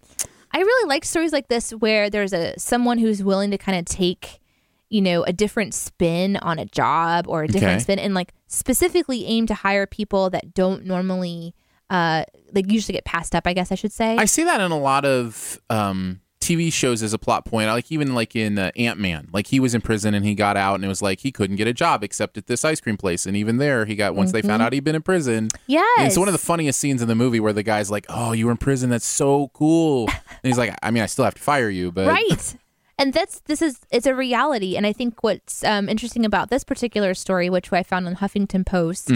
E: I really like stories like this where there's a someone who's willing to kind of take, you know, a different spin on a job or a different
D: Okay.
E: spin and like specifically aim to hire people that don't normally uh like usually get passed up, I guess I should say.
D: I see that in a lot of um, TV shows as a plot point. I Like even like in uh, Ant Man, like he was in prison and he got out, and it was like he couldn't get a job except at this ice cream place. And even there, he got once they
E: Mm-hmm.
D: found out he'd been in prison.
E: yes.
D: And it's one of the funniest scenes in the movie where the guy's like, "Oh, you were in prison. That's so cool." And he's like, "I mean, I still have to fire you, but
E: right and that's this is it's a reality and i think what's um, interesting about this particular story which i found on huffington post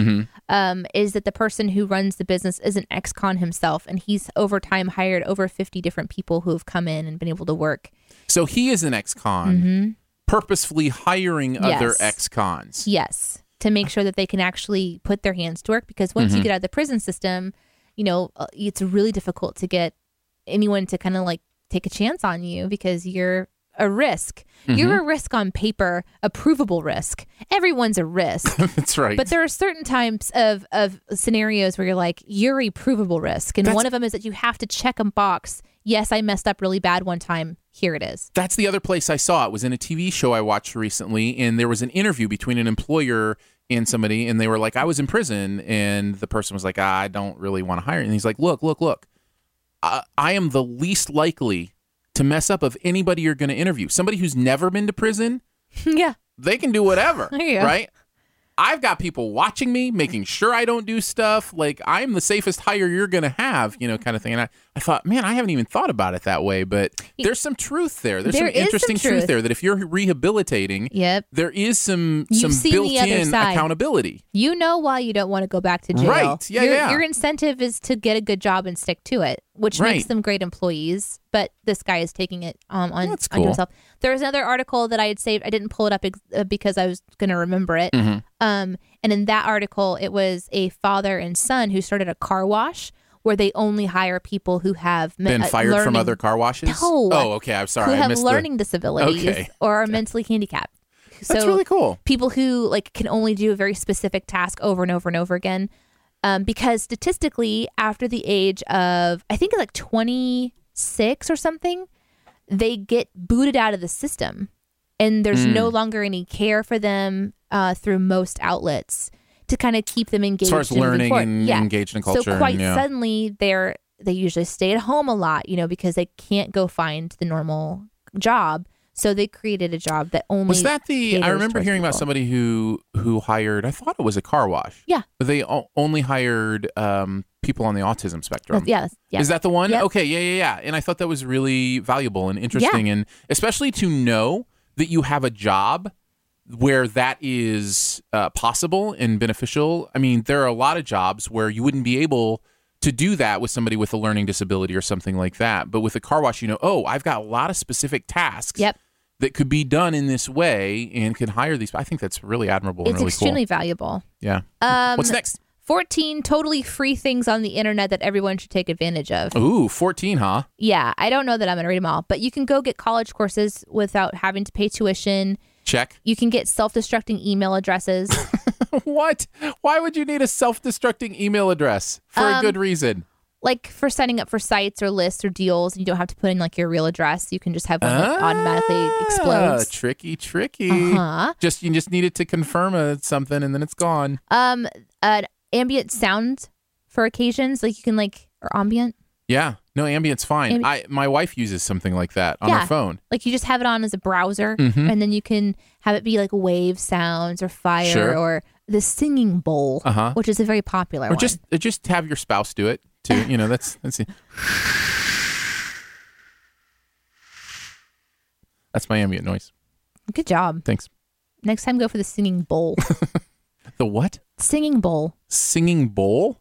E: um, is that the person who runs the business is an ex-con himself and he's over time hired over 50 different people who have come in and been able to work
D: So he is an ex-con, purposefully hiring other
E: Mm-hmm. Yes.
D: ex-cons.
E: yes to make sure that they can actually put their hands to work because once
D: Mm-hmm.
E: you get out of the prison system you know uh, it's really difficult to get anyone to kind of like take a chance on you because you're a risk you're
D: Mm-hmm.
E: a risk on paper a provable risk everyone's a risk
D: That's right.
E: but there are certain types of, of scenarios where you're like you're a provable risk and
D: That's-
E: one of them is that you have to check a box yes i messed up really bad one time here it is
D: That's the other place I saw. It was in a TV show I watched recently, and there was an interview between an employer and somebody, and they were like, I was in prison. And the person was like, "Ah, I don't really want to hire you. And he's like, Look, look, look. I, I am the least likely to mess up of anybody you're going to interview. Somebody who's never been to prison,
E: yeah
D: they can do whatever,
E: Yeah.
D: right? I've got people watching me, making sure I don't do stuff. Like I'm the safest hire you're going to have, you know, kind of thing. And I, I thought, man, I haven't even thought about it that way, but there's some truth there. There's
E: There
D: some
E: is some
D: interesting truth.
E: truth.
D: there that if you're rehabilitating,
E: yep
D: there is some
E: You've
D: some
E: seen the other
D: built-in
E: side.
D: accountability.
E: You know why you don't want to go back to jail.
D: Right. Yeah,
E: your,
D: yeah.
E: Your incentive is to get a good job and stick to it, which
D: Right.
E: makes them great employees. But this guy is taking it um, on,
D: That's
E: on
D: cool.
E: himself. There was another article that I had saved. I didn't pull it up ex- uh, because I was going to remember it.
D: Mm-hmm.
E: Um, and in that article, it was a father and son who started a car wash where they only hire people who have me-
D: Been
E: uh,
D: fired from
E: learning-
D: other car washes.
E: No. uh,
D: Oh, okay. I'm sorry.
E: who
D: I
E: have
D: missed
E: learning disabilities
D: Okay.
E: or are mentally handicapped.
D: The, that's
E: so
D: really cool.
E: people who like can only do a very specific task over and over and over again um, because statistically after the age of i think it's like 26 or something they get booted out of the system and there's no
D: Hmm.
E: longer any care for them uh, through most outlets to kind of keep them engaged
D: As far as
E: and moving
D: learning
E: forward.
D: and
E: yeah.
D: engaged in culture.
E: So quite
D: yeah.
E: suddenly, they're they usually stay at home a lot, you know, because they can't go find the normal job. So they created a job that only
D: Was that the? I
E: caters
D: remember
E: towards
D: hearing about
E: people.
D: somebody who who hired. I thought it was a car wash.
E: Yeah.
D: but they o- only hired um, people on the autism spectrum.
E: Yes, yes.
D: Is that the one?
E: Yep.
D: Okay, yeah, yeah, yeah. And I thought that was really valuable and interesting, and especially to know that you have a job where that is uh, possible and beneficial. I mean, there are a lot of jobs where you wouldn't be able to do that with somebody with a learning disability or something like that. But with a car wash, you know, oh, I've got a lot of specific tasks
E: Yep.
D: that could be done in this way and could hire these. I think that's really admirable and
E: It's
D: really
E: extremely
D: cool.
E: valuable.
D: Yeah.
E: Um,
D: What's next?
E: 14 totally free things on the internet that everyone should take advantage of.
D: Ooh, 14, huh?
E: Yeah, I don't know that I'm going to read them all, but you can go get college courses without having to pay tuition.
D: Check.
E: You can get self destructing email addresses.
D: what? Why would you need a self-destructing email address for
E: Um,
D: a good reason?
E: like for signing up for sites or lists or deals, and you don't have to put in like your real address. You can just have one that uh-huh, automatically
D: Ah,
E: explodes.
D: Tricky, tricky.
E: Uh-huh.
D: Just you just needed to confirm a, something, and then it's gone.
E: Um, an ambient sound for occasions, like you can like or ambient,
D: Yeah. No, ambient's fine.
E: Ambi-
D: I my wife uses something like that on
E: Yeah.
D: her phone.
E: like you just have it on as a browser,
D: Mhm.
E: and then you can have it be like wave sounds or fire
D: Sure.
E: or the singing bowl,
D: Uh-huh.
E: which is a very popular
D: Or
E: one.
D: just uh, just have your spouse do it too. You know, that's that's it. That's my ambient noise.
E: good job.
D: Thanks.
E: Next time, go for the singing bowl.
D: The what?
E: singing bowl.
D: Singing bowl?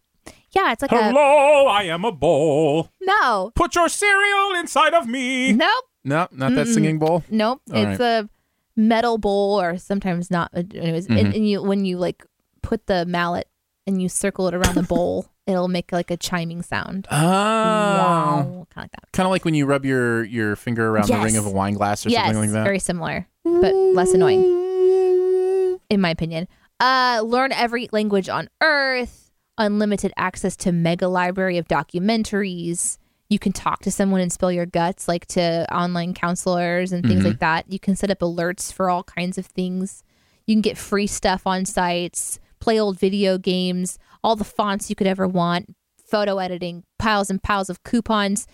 E: Yeah, it's like a
D: Hello, I am a bowl.
E: no,
D: Put your cereal inside of me.
E: nope.
D: No, not that singing bowl.
E: Nope,
D: All
E: it's a metal bowl or sometimes
D: Mm-hmm.
E: not. Anyways, and, and you when you like put the mallet and you circle it around the bowl, it'll make like a chiming sound.
D: Oh.
E: Wow. Kind of like that.
D: Kind of like when you rub your, your finger around the
E: Yes.
D: ring of a wine glass or
E: yes,
D: something like that.
E: very similar, but less annoying, in my opinion. Uh, learn every language on Earth. Unlimited access to mega library of documentaries. You can talk to someone and spill your guts, like to online counselors and things
D: Mm-hmm.
E: like that. You can set up alerts for all kinds of things. You can get free stuff on sites, play old video games, all the fonts you could ever want, photo editing, piles and piles of coupons.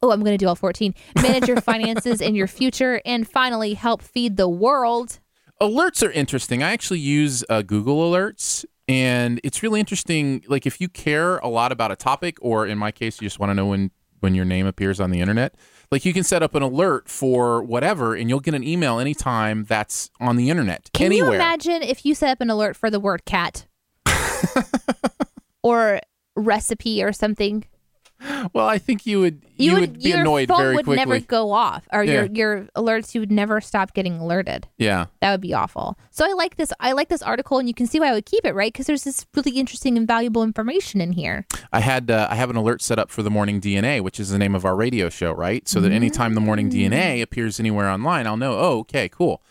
E: Oh, I'm going to do all 14. Manage your finances and your future. And finally, help feed the world.
D: alerts are interesting. I actually use uh, Google Alerts, and it's really interesting. Like if you care a lot about a topic, or in my case, you just want to know when when your name appears on the internet, like you can set up an alert for whatever, and you'll get an email anytime that's on the internet,
E: Can
D: anywhere.
E: you imagine if you set up an alert for the word cat or recipe or something?
D: well, I think you would you, would, be
E: your
D: annoyed
E: phone
D: very
E: would
D: quickly.
E: never go off, or your
D: Yeah.
E: your alerts you would never stop getting alerted.
D: yeah.
E: That would be awful. So I like this. I like this article, and you can see why I would keep it, right? Because there's this really interesting and valuable information in here.
D: I had uh, I have an alert set up for the Morning DNA, which is the name of our radio show, right? So that anytime the Morning DNA appears anywhere online, I'll know. Oh, okay, cool.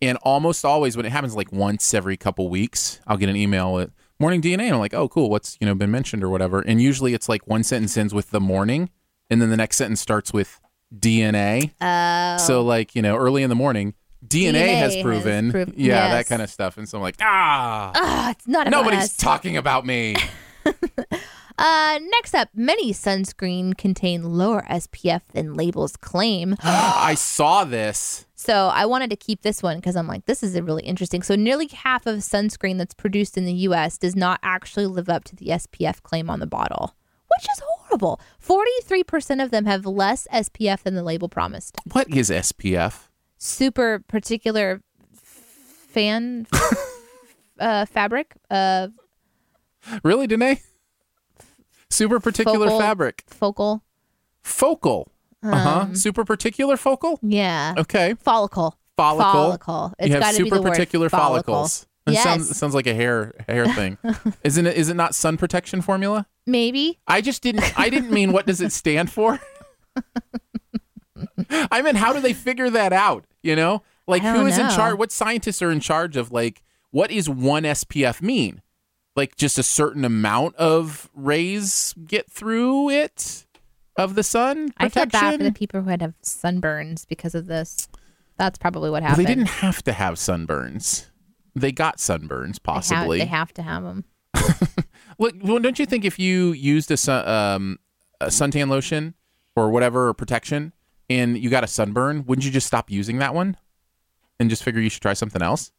D: And almost always, when it happens, like once every couple weeks, I'll get an email at Morning DNA. And I'm like, oh, cool, what's you know been mentioned or whatever. And usually, it's like one sentence ends with the morning, and then the next sentence starts with DNA.
E: Uh,
D: So like you know, early in the morning, DNA,
E: DNA
D: has
E: has
D: proven,
E: proved-
D: yeah,
E: yes.
D: that kind of stuff. And so I'm like, ah,
E: ah, it's not about
D: nobody's
E: us.
D: talking about me.
E: Uh, next up, many sunscreen contain lower SPF than labels claim.
D: I saw this.
E: So I wanted to keep this one because I'm like, this is a really interesting. So nearly half of sunscreen that's produced in the U.S. does not actually live up to the SPF claim on the bottle, which is horrible. Forty-three percent of them have less SPF than the label promised.
D: What is SPF?
E: Super particular f- fan uh, fabric uh,
D: Really, Danae? Super particular
E: Focal.
D: fabric.
E: focal.
D: Focal. Uh huh. Super particular focal?
E: Yeah.
D: Okay.
E: Follicle.
D: Follicle.
E: Follicle. It's
D: you have
E: gotta
D: super
E: be the word
D: particular
E: follicle.
D: follicles. It
E: Yes.
D: sounds, it sounds like a hair hair thing. Isn't it is it not sun protection formula?
E: Maybe.
D: I just didn't I didn't mean what does it stand for? I meant how do they figure that out? You know? Like
E: I
D: who
E: don't
D: is in
E: know.
D: charge what scientists are in charge of like what is one SPF mean? Like just a certain amount of rays get through it of the sun
E: I feel
D: protection.
E: bad for the people who had to have sunburns because of this. That's probably what
D: Well,
E: happened.
D: they didn't have to have sunburns. They got sunburns
E: They have-
D: possibly.
E: They have, to have them.
D: Look, well, don't you think if you used a, sun, um, a suntan lotion or whatever or protection and you got a sunburn, wouldn't you just stop using that one and just figure you should try something else?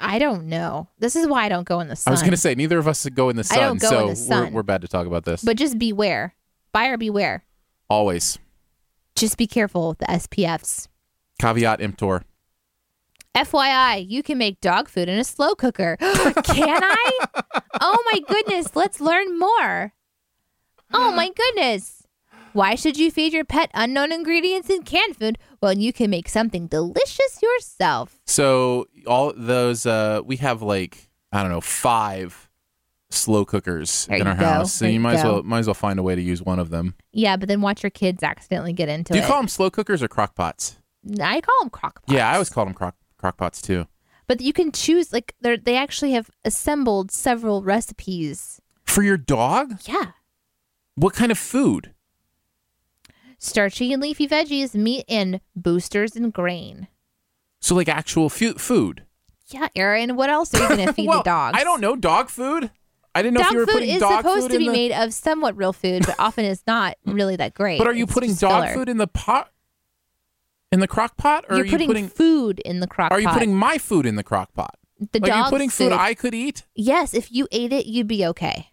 E: I don't know. This is why I don't go in the sun.
D: I was going to say neither of us go in the sun,
E: I don't go
D: so
E: in the sun.
D: We're, we're bad to talk about this.
E: But just beware. Buyer beware.
D: Always
E: Just be careful with the SPFs.
D: caveat emptor.
E: FYI, you can make dog food in a slow cooker. can I? Oh my goodness. Let's learn more. Oh my goodness. Why should you feed your pet unknown ingredients in canned food when you can make something delicious yourself?
D: So all those uh, we have like I don't know five slow cookers
E: There
D: in
E: you
D: our
E: go.
D: house, so
E: There
D: you
E: you
D: might as
E: go.
D: well might as well find a way to use one of them.
E: Yeah, but then watch your kids accidentally get into
D: Do
E: it.
D: you call them slow cookers or crock pots?
E: I call them crock pots.
D: Yeah, I always called them crock crock pots too.
E: But you can choose like they they actually have assembled several recipes.
D: For your dog?
E: Yeah.
D: What kind of food?
E: Starchy and leafy veggies, meat and boosters and grain.
D: So like actual fu- food.
E: Yeah, Aaron, what else are you going to feed
D: well,
E: the dogs?
D: I don't know dog food. I didn't know if
E: Dog
D: you were
E: food
D: putting
E: is
D: dog
E: supposed
D: food
E: to
D: in
E: be
D: the.
E: made of somewhat real food, but often is not really that great.
D: but are you
E: It's
D: putting
E: just
D: dog
E: filler.
D: food in the pot? In the crock pot, or
E: You're
D: are you
E: putting, food in the crock
D: Are you
E: pot.
D: putting my food in the crock pot?
E: the
D: like are you
E: dog's
D: putting food, I could eat?
E: Yes, if you ate it, you'd be okay.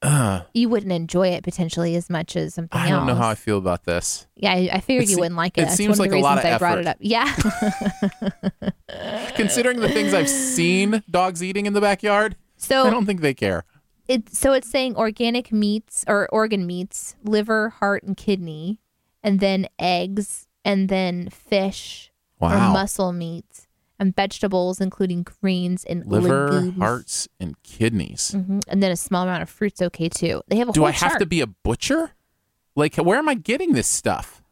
D: Uh,
E: You wouldn't enjoy it potentially as much as something
D: I
E: else.
D: don't know how I feel about this.
E: Yeah, I, I figured
D: It
E: you
D: se-
E: wouldn't like it.
D: it
E: That's
D: seems
E: one
D: like
E: of
D: a
E: the
D: lot
E: reasons
D: of
E: I brought it
D: effort.
E: up. Yeah.
D: Considering the things I've seen dogs eating in the backyard, I
E: so
D: don't think they care.
E: it so it's saying organic meats or organ meats, liver, heart, and kidney, and then eggs, and then fish or
D: Wow.
E: muscle meat, and vegetables, including greens and
D: Liver,
E: legumes.
D: hearts, and kidneys.
E: Mhm. and then a small amount of fruits. Okay, too. They have a
D: Do
E: whole
D: I have
E: chart.
D: to be a butcher? Like, where am I getting this stuff?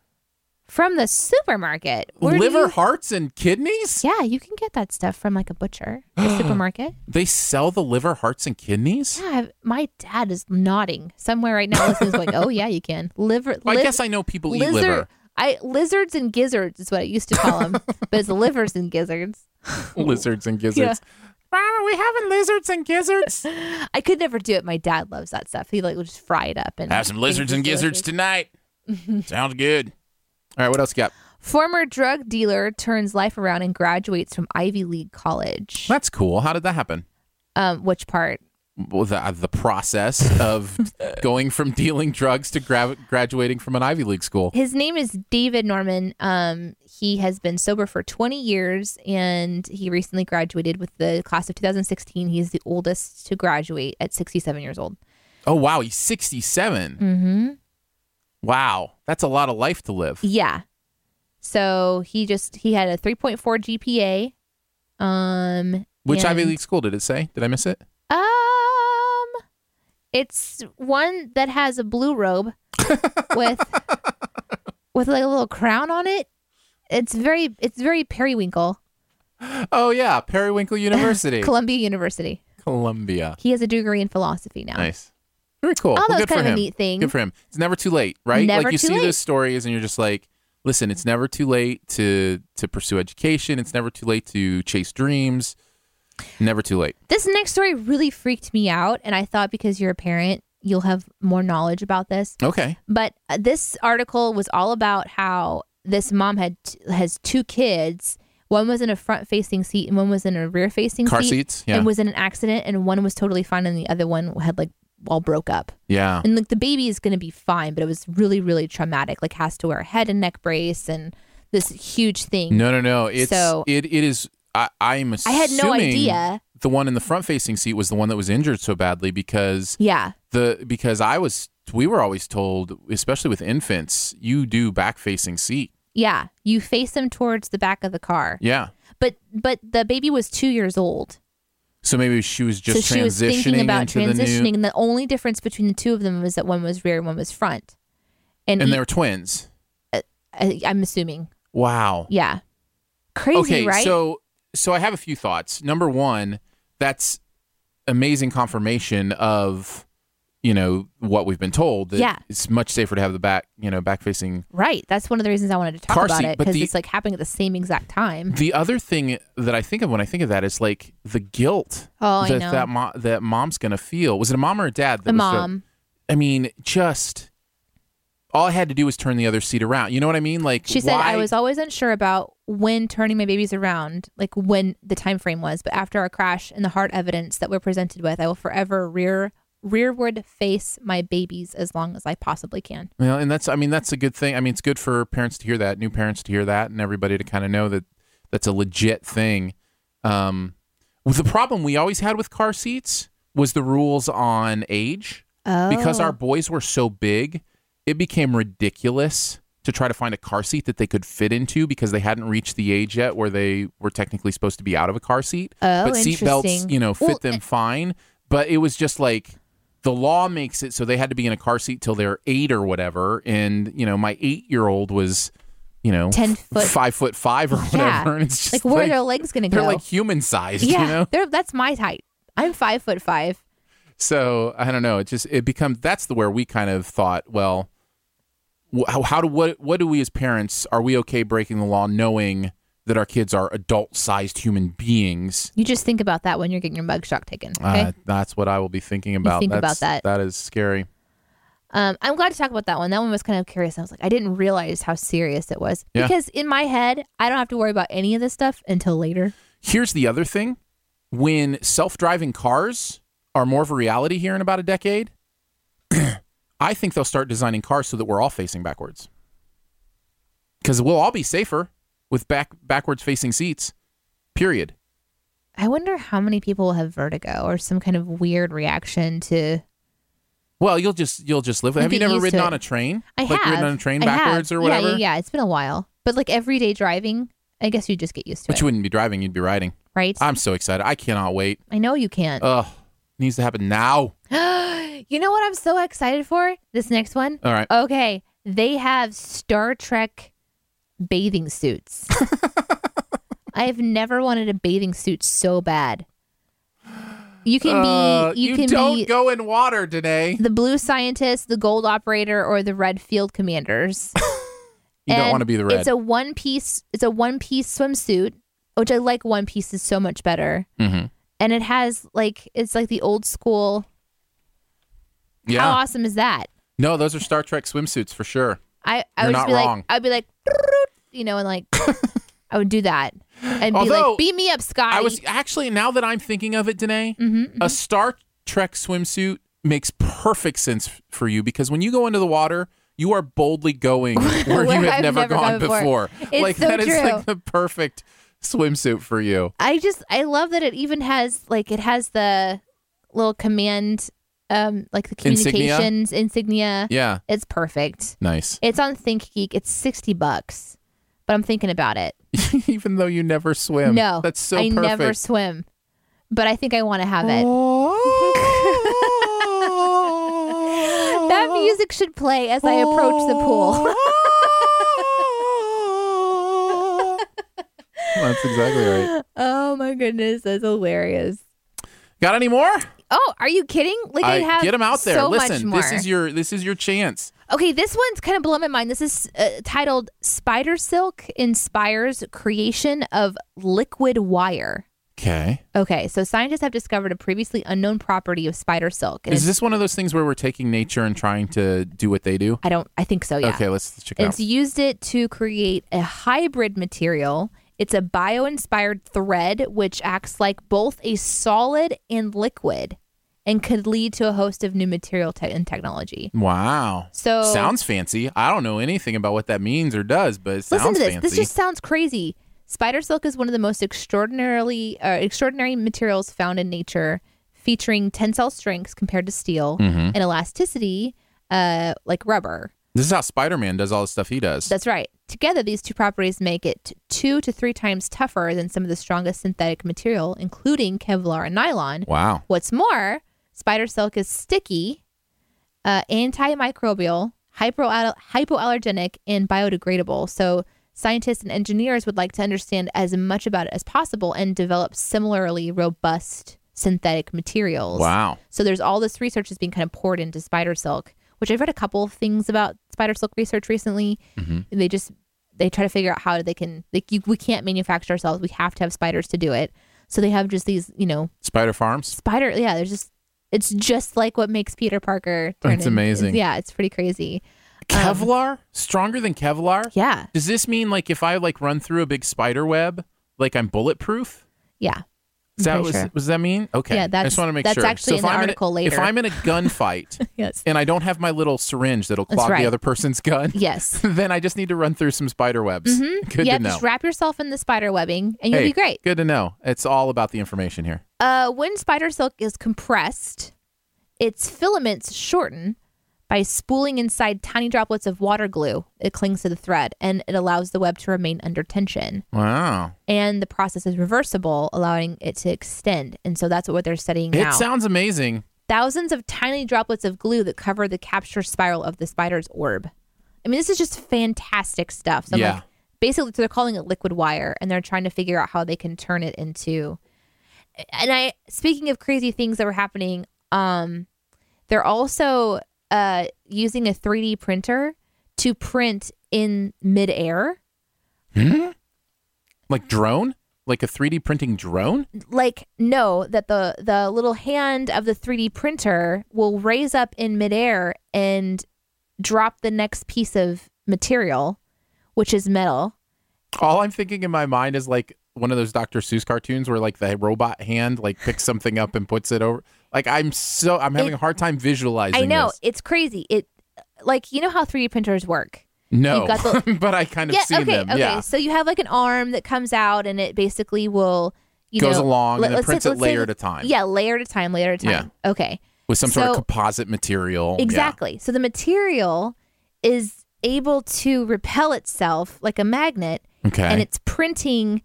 E: from the supermarket. Where do
D: Liver,
E: you-
D: hearts, and kidneys?
E: Yeah, you can get that stuff from like a butcher, the supermarket.
D: They sell the liver, hearts, and kidneys?
E: Yeah, I've- my dad is nodding somewhere right now. Listening, like, oh yeah, you can liver.
D: Well, I
E: liv-
D: guess I know people eat
E: lizard-
D: liver.
E: I lizards and gizzards is what I used to call them, but it's livers and gizzards.
D: Lizards and gizzards. Mom, are we having lizards and gizzards?
E: I could never do it. My dad loves that stuff. He like would just fry it up and
D: Have some lizards and gizzards tonight. Sounds good. All right, what else you got?
E: Former drug dealer turns life around and graduates from Ivy League college.
D: That's cool. How did that happen?
E: Um, which part?
D: Well, the, uh, the process of going from dealing drugs to gra- graduating from an Ivy League school.
E: His name is David Norman. Um, he has been sober for 20 years and he recently graduated with the class of 2016. He's the oldest to graduate at 67 years old.
D: Oh, wow. He's 67.
E: Mm-hmm.
D: Wow. That's a lot of life to live.
E: Yeah. So he just he had a 3.4 GPA. Um
D: Which
E: and-
D: Ivy League school did it say? Did I miss it?
E: Um it's one that has a blue robe with with like a little crown on it. It's very it's very periwinkle.
D: Oh, yeah. Periwinkle University.
E: Columbia University.
D: Columbia.
E: He has a degree in philosophy now.
D: Nice. Very cool.
E: Oh, that
D: well,
E: was
D: good
E: kind
D: for
E: of a
D: him.
E: neat thing.
D: Good for him. It's never too late, right?
E: Never
D: like you
E: too
D: see
E: late.
D: those stories and you're just like, listen, it's never too late to to pursue education. It's never too late to chase dreams. Never too late.
E: This next story really freaked me out and I thought because you're a parent, you'll have more knowledge about this.
D: Okay.
E: But uh, this article was all about how this mom had has two kids. One was in a front facing seat and one was in a rear facing
D: Car
E: seat.
D: seats, yeah.
E: And was in an accident and one was totally fine and the other one had like all broke up.
D: Yeah.
E: And like the baby is going to be fine, but it was really really traumatic. Like has to wear a head and neck brace and this huge thing.
D: No, no, no. It's
E: So-
D: it it is I, I'm
E: I
D: assuming
E: had no idea.
D: the one in the front facing seat was the one that was injured so badly because
E: Yeah.
D: the because I was we were always told, especially with infants, you do back facing seat.
E: Yeah, you face them towards the back of the car.
D: Yeah.
E: But but the baby was 2 years old.
D: So maybe she was just
E: so she
D: transitioning
E: was thinking about
D: into
E: transitioning,
D: the new
E: and the only difference between the two of them was that one was rear and one was front. And, e-
D: and they were twins.
E: I, I'm assuming,
D: Wow.
E: yeah, crazy,
D: okay,
E: right?
D: so so I have a few thoughts. Number one, that's amazing confirmation of you know what we've been told that
E: Yeah.
D: it's much safer to have the back you know back facing.
E: right, that's one of the reasons I wanted to talk
D: Car
E: about
D: seat,
E: it
D: but
E: because
D: the-
E: it's like happening at the same exact time.
D: The other thing that I think of when I think of that is like the guilt
E: Oh, I
D: that
E: know.
D: that mo- that mom's gonna feel. Was it a mom or a dad? That
E: The
D: was
E: mom,
D: I mean, just all I had to do was turn the other seat around. You know what I mean? Like
E: she said, I
D: why-
E: was always unsure about when turning my babies around, like when the time frame was. But after our crash and the hard evidence that we're presented with, I will forever rear rearward face my babies as long as I possibly can.
D: Well, and that's I mean that's a good thing. I mean it's good for parents to hear that, new parents to hear that, and everybody to kind of know that that's a legit thing. Um, well, the problem we always had with car seats was the rules on age
E: Oh,
D: because our boys were so big, it became ridiculous to try to find a car seat that they could fit into because they hadn't reached the age yet where they were technically supposed to be out of a car seat.
E: Oh,
D: but seatbelts,
E: interesting.
D: you know, fit
E: Well, eh
D: them fine. But it was just like the law makes it so they had to be in a car seat till they're eight or whatever. And, you know, my eight year old was, you know,
E: 10 foot-
D: five foot five or whatever.
E: Yeah.
D: And it's just
E: like where are their legs going to go?
D: they're like human sized,
E: yeah,
D: you know?
E: they're, that's my type. I'm five foot five.
D: So I don't know. It just it becomes that's the where we kind of thought. Well, wh- how, how do what what do we as parents are we okay breaking the law knowing that our kids are adult sized human beings?
E: You just think about that when you're getting your mug shot taken. Okay.
D: Uh, that's what I will be thinking about.
E: think about
D: That's-
E: that.
D: That is scary.
E: um, I'm glad to talk about that one. That one was kind of curious. I was like, I didn't realize how serious it was
D: Yeah.
E: because in my head, I don't have to worry about any of this stuff until later.
D: Here's the other thing: when self driving cars are more of a reality here in about a decade, I think they'll start designing cars so that we're all facing backwards. Because we'll all be safer with back backwards facing seats. Period.
E: I wonder how many people will have vertigo or some kind of weird reaction to.
D: Well, you'll just you'll just live.
E: You'll
D: Have you
E: get
D: never
E: used
D: ridden
E: to it.
D: on a train?
E: I
D: like
E: have
D: ridden on a train
E: I have.
D: backwards or whatever.
E: Yeah, yeah, yeah. It's been a while, but like everyday driving, I guess you just get used to
D: But
E: it,
D: you wouldn't be driving, you'd be riding.
E: right?
D: I'm so excited. I cannot wait.
E: I know you can't.
D: Ugh. Needs to happen now.
E: you know what I'm so excited for? This next one.
D: All right.
E: Okay, they have Star Trek bathing suits. I have never wanted a bathing suit so bad. You can
D: Uh,
E: be you, can
D: don't
E: be
D: go in water today.
E: the blue scientist, the gold operator, or the red field commanders.
D: You don't
E: And
D: want to be the red.
E: It's a one piece. It's a one piece swimsuit, which I like. One pieces so much better,
D: Mhm.
E: and it has like it's like the old school.
D: yeah.
E: How awesome is that?
D: No, those are Star Trek swimsuits for sure.
E: I I
D: You're
E: would
D: not
E: just be
D: wrong.
E: like I'd be like you know and like I would do that and be
D: Although,
E: like beat me up Scotty.
D: I was actually now that I'm thinking of it, Danae,
E: Mm-hmm,
D: a Star Trek swimsuit makes perfect sense f- for you because when you go into the water, you are boldly going where,
E: Where
D: you have
E: I've
D: never,
E: never
D: gone
E: gone before.
D: before.
E: It's
D: like
E: so
D: that is
E: true.
D: like the perfect swimsuit for you.
E: I just I love that it even has like it has the little command um like the
D: Insignia?
E: communications insignia.
D: Yeah,
E: It's perfect.
D: nice.
E: It's on ThinkGeek. It's 60 bucks. But I'm thinking about it.
D: Even though you never swim.
E: no.
D: that's so
E: I
D: perfect.
E: never swim. But I think I want to have it.
D: Oh.
E: That music should play as I approach the pool.
D: Oh. That's exactly right.
E: oh my goodness, that's hilarious.
D: Got any more?
E: Oh, are you kidding? Like I,
D: I-
E: have
D: get them out there.
E: So much
D: Listen,
E: more.
D: this is your this is your chance.
E: okay. This one's kind of blown my mind. This is uh, titled "Spider Silk Inspires Creation of Liquid Wire."
D: Okay.
E: Okay, so scientists have discovered a previously unknown property of spider silk. And
D: Is
E: it's-
D: this one of those things where we're taking nature and trying to do what they do?
E: I don't. I think so. Oh, Yeah.
D: Okay, let's check it
E: It's
D: out.
E: used it to create a hybrid material. It's a bio-inspired thread which acts like both a solid and liquid, and could lead to a host of new material te- and technology.
D: Wow.
E: So-
D: sounds fancy. I don't know anything about what that means or does, but it sounds
E: Listen to this.
D: fancy.
E: This just sounds crazy. Spider silk is one of the most extraordinarily uh, extraordinary materials found in nature, featuring tensile strengths compared to steel
D: Mm-hmm.
E: and elasticity, uh, like rubber.
D: This is how Spider Man does all the stuff he does.
E: That's right. Together, these two properties make it two to three times tougher than some of the strongest synthetic material, including Kevlar and nylon.
D: wow.
E: What's more, spider silk is sticky, uh, antimicrobial, hypoal- hypoallergenic, and biodegradable. So scientists and engineers would like to understand as much about it as possible and develop similarly robust synthetic materials.
D: Wow.
E: So there's all this research that's being kind of poured into spider silk, which I've read a couple of things about spider silk research recently. They just they try to figure out how they can like you, we can't manufacture ourselves. We have to have spiders to do it. So they have just these, you know,
D: Spider Farms.
E: spider yeah there's just it's just like what makes peter parker turn
D: That's
E: in-
D: amazing.
E: yeah it's pretty crazy Um,
D: Kevlar? Stronger than Kevlar?
E: yeah
D: Does this mean like if I like run through a big spider web, like I'm bulletproof?
E: yeah
D: Is that
E: pretty
D: was,
E: sure.
D: what does that mean? Okay.
E: Yeah,
D: I
E: that's-
D: just want to make
E: that's
D: sure.
E: actually
D: if
E: in the
D: I'm
E: article
D: in a,
E: later.
D: If I'm in a gunfight
E: yes
D: and I don't have my little syringe that'll
E: That's
D: clog
E: right.
D: the other person's gun,
E: yes
D: then I just need to run through some spider webs. Good
E: Mm-hmm. yeah
D: to know.
E: just wrap yourself in the spider webbing and you'll
D: Hey,
E: be great
D: Good to know. It's all about the information here.
E: uh when spider silk is compressed its filaments shorten by spooling inside tiny droplets of water glue it clings to the thread and it allows the web to remain under tension
D: Wow.
E: and the process is reversible allowing it to extend and so that's what they're studying now
D: It sounds amazing.
E: thousands of tiny droplets of glue that cover the capture spiral of the spider's orb. I mean, this is just fantastic stuff. So I'm
D: Yeah.
E: like, basically, so they're calling it liquid wire, and they're trying to figure out how they can turn it into. And I, speaking of crazy things that were happening, um, they're also uh, using a 3D printer to print in midair,
D: Like drone? Like a 3D printing drone?
E: like know that the the little hand of the 3D printer will raise up in midair and drop the next piece of material, which is metal.
D: All I'm thinking in my mind is like one of those Dr. Seuss cartoons where like the robot hand like picks something up and puts it over. Like I'm so I'm having
E: It-
D: a hard time visualizing.
E: I know
D: this.
E: it's crazy. It like you know how 3D printers work.
D: No,
E: You've got
D: but I kind of
E: yeah.
D: seen
E: okay.
D: them.
E: Okay.
D: Yeah,
E: So you have like an arm that comes out and it basically will you
D: goes
E: know,
D: along
E: let-
D: and then
E: let's say-
D: prints it
E: let's say
D: layer at
E: that-
D: a time.
E: Yeah, layer at a time. Layer at a time. Okay.
D: with some sort of
E: so-
D: Oh, composite material. Yeah.
E: Exactly. So the material is able to repel itself like a magnet
D: Okay.
E: and it's printing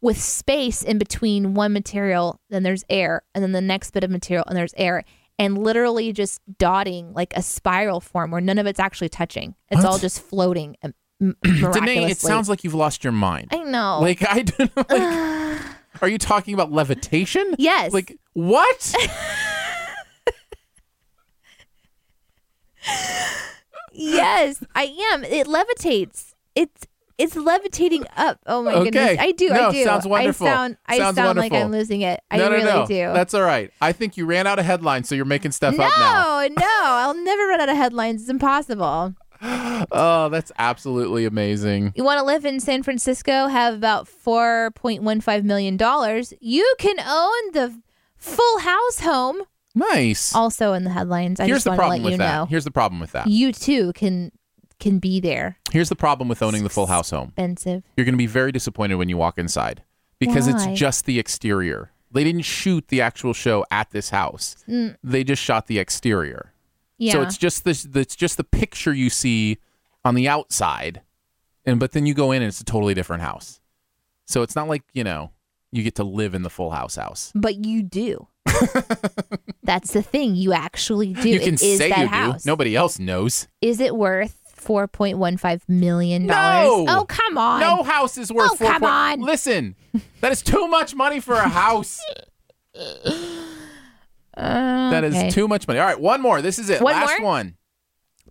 E: with space in between one material, then there's air, and then the next bit of material, and there's air, and literally just dotting like a spiral form where none of it's actually touching. It's all
D: What?
E: just floating. um, m-
D: Danae,
E: miraculously.
D: it sounds like you've lost your mind.
E: I know.
D: Like I don't like. are you talking about levitation?
E: Yes.
D: Like what?
E: yes, I am. It levitates. It's it's levitating up. Oh my
D: Okay.
E: goodness, I do.
D: No,
E: I do.
D: sounds wonderful.
E: I sound. I
D: Sounds
E: sound like
D: wonderful.
E: I'm losing it. I
D: no, no,
E: really
D: no.
E: do.
D: That's all right. I think you ran out of headlines, so you're making stuff
E: no,
D: up now.
E: no. I'll never run out of headlines. It's impossible.
D: Oh, that's absolutely amazing.
E: You want to live in San Francisco, have about $4.15 million. You can own the full house home.
D: Nice.
E: Also in the headlines. I
D: Here's
E: just
D: the
E: want to
D: problem
E: let
D: with
E: you
D: that.
E: know.
D: Here's the problem with that.
E: You too can can be there.
D: Here's the problem with owning the full house home.
E: Expensive.
D: You're going to be very disappointed when you walk inside because
E: Why?
D: it's just the exterior. They didn't shoot the actual show at this house. They just shot the exterior.
E: Mm. Yeah.
D: So it's just this it's just the picture you see on the outside. And but then you go in and it's a totally different house. So it's not like, you know, you get to live in the full house house.
E: but you do. That's the thing. You actually do.
D: you can
E: it is
D: say
E: that
D: you
E: house.
D: do. Nobody else knows.
E: Is it worth four point one five million
D: No!
E: dollars? Oh come on.
D: No house is worth
E: Oh,
D: four
E: come
D: point-
E: on.
D: Listen. That is too much money for a house.
E: Uh,
D: That
E: okay.
D: is too much money. All right, one more. This is it.
E: One
D: Last
E: more?
D: one.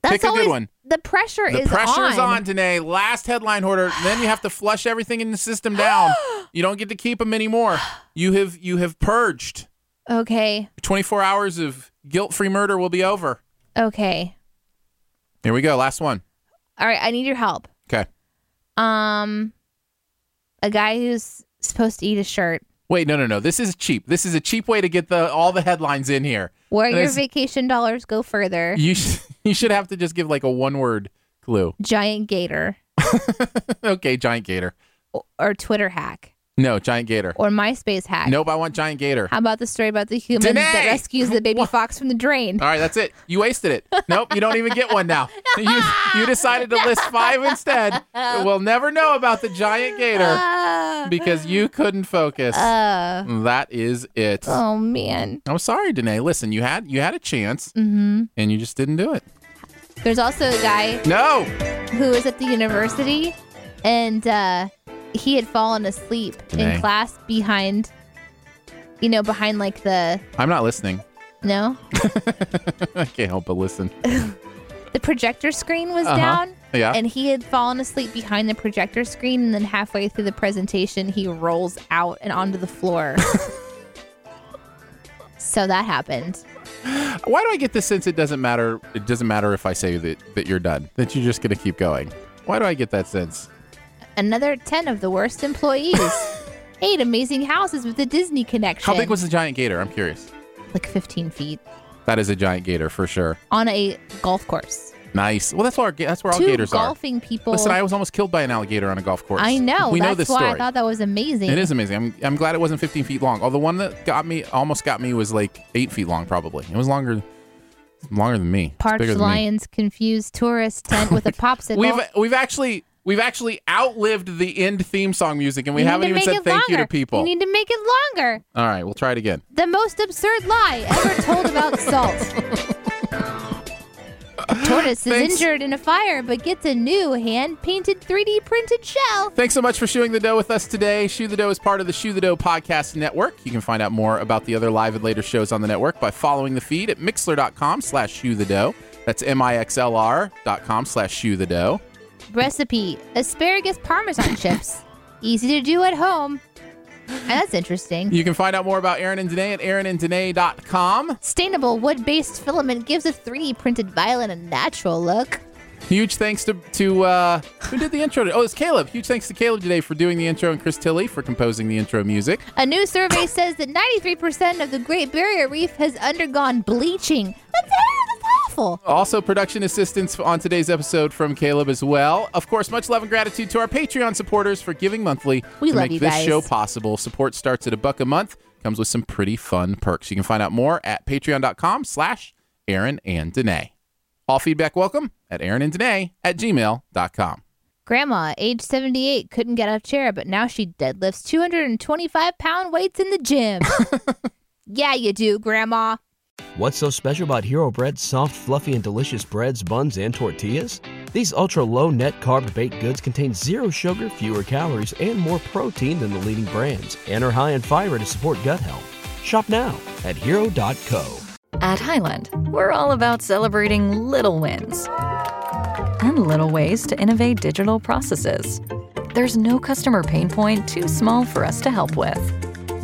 E: That's
D: pick a good
E: always-
D: one.
E: The pressure
D: The
E: is
D: pressure
E: on.
D: is on, Danae. Last headline hoarder. then you have to flush everything in the system down. you don't get to keep them anymore. You have you have purged.
E: Okay.
D: 24 hours of guilt-free murder will be over.
E: Okay.
D: Here we go. Last one.
E: All right. I need your help.
D: Okay.
E: Um, a guy who's supposed to eat a shirt.
D: Wait, no, no, no. This is cheap. This is a cheap way to get the all the headlines in here.
E: Where
D: And
E: your
D: it's-
E: vacation dollars go further.
D: You sh- you should have to just give like a one-word clue.
E: Giant gator
D: okay, giant gator.
E: o- or Twitter hack
D: No, giant gator.
E: or MySpace hack.
D: Nope, I want giant gator.
E: How about the story about the human that
D: Danae! Uh.
E: rescues the baby fox from the drain?
D: All right, that's it. You wasted it. Nope, you don't even get one now. You, you decided to list five instead. We'll never know about the giant gator
E: Ah.
D: because you couldn't focus.
E: Uh,
D: That is it.
E: oh man.
D: I'm sorry, Danae. Listen, you had you had a chance
E: Mm-hmm.
D: and you just didn't do it.
E: There's also a guy
D: No.
E: who was at the university and uh, he had fallen asleep
D: Danae.
E: in class behind, you know, behind like the,
D: I'm not listening.
E: no,
D: I can't help but listen.
E: the projector screen was
D: Uh-huh.
E: down.
D: Yeah.
E: And he had fallen asleep behind the projector screen, and then halfway through the presentation, he rolls out and onto the floor. so that happened.
D: Why do I get the sense it doesn't matter it doesn't matter if I say that, that you're done, that you're just gonna keep going? Why do I get that sense?
E: Another 10 of the worst employees. Eight amazing houses with a Disney connection.
D: How big was the giant gator? I'm curious.
E: Like 15 feet
D: That is a giant gator for sure.
E: on a golf course.
D: Nice. Well, that's where, our, ga- that's where all
E: Two
D: gators
E: golfing
D: are.
E: people.
D: Listen, I was almost killed by an alligator on a golf course.
E: I know.
D: We
E: that's
D: know this
E: why
D: story.
E: I thought that was amazing.
D: It is amazing. I'm, I'm glad it wasn't 15 feet long. Although one that got me almost got me was like eight feet long, probably. It was longer, longer than me. It's bigger
E: Parched
D: than me.
E: lions confused tourist tent with a popsicle.
D: We've we've actually we've actually outlived the end theme song music, and we
E: You need
D: haven't
E: to
D: even
E: make
D: said
E: it
D: thank you to
E: longer.
D: people.
E: You need to make it longer.
D: All right, we'll try it again.
E: The most absurd lie ever told about salt. Tortoise is
D: Thanks.
E: injured in a fire but gets a new hand painted 3D printed shell.
D: Thanks so much for shooing the dough with us today. Shoe the dough is part of the Shoe the Dough podcast network. You can find out more about the other live and later shows on the network by following the feed at mixler.com slash shoe the dough. That's M-I-X-L-R dot com slash shoe the dough.
E: Recipe asparagus parmesan chips. Easy to do at home. And that's interesting.
D: You can find out more about Aaron and Danae at aaronanddanae.com.
E: Sustainable wood based filament gives a 3D printed violin a natural look.
D: Huge thanks to, to uh, who did the intro? To? Oh, it's Caleb. Huge thanks to Caleb today for doing the intro and Chris Tilley for composing the intro music.
E: A new survey says that 93% of the Great Barrier Reef has undergone bleaching. That's, ah, that's awful.
D: Also, production assistance on today's episode from Caleb as well. Of course, much love and gratitude to our Patreon supporters for giving monthly
E: We
D: to
E: love
D: make
E: you
D: this
E: guys.
D: show possible. Support starts at a buck a month, comes with some pretty fun perks. You can find out more at patreon.com slash Aaron and Danae. All feedback welcome at aaronanddenay at gmail.com.
E: Grandma, age 78, couldn't get out of chair, but now she deadlifts 225 pound weights in the gym. yeah, you do, Grandma.
F: What's so special about Hero Bread's soft, fluffy, and delicious breads, buns, and tortillas? These ultra low net carb baked goods contain zero sugar, fewer calories, and more protein than the leading brands, and are high in fiber to support gut health. Shop now at hero.co.
G: At Highland, we're all about celebrating little wins and little ways to innovate digital processes. There's no customer pain point too small for us to help with.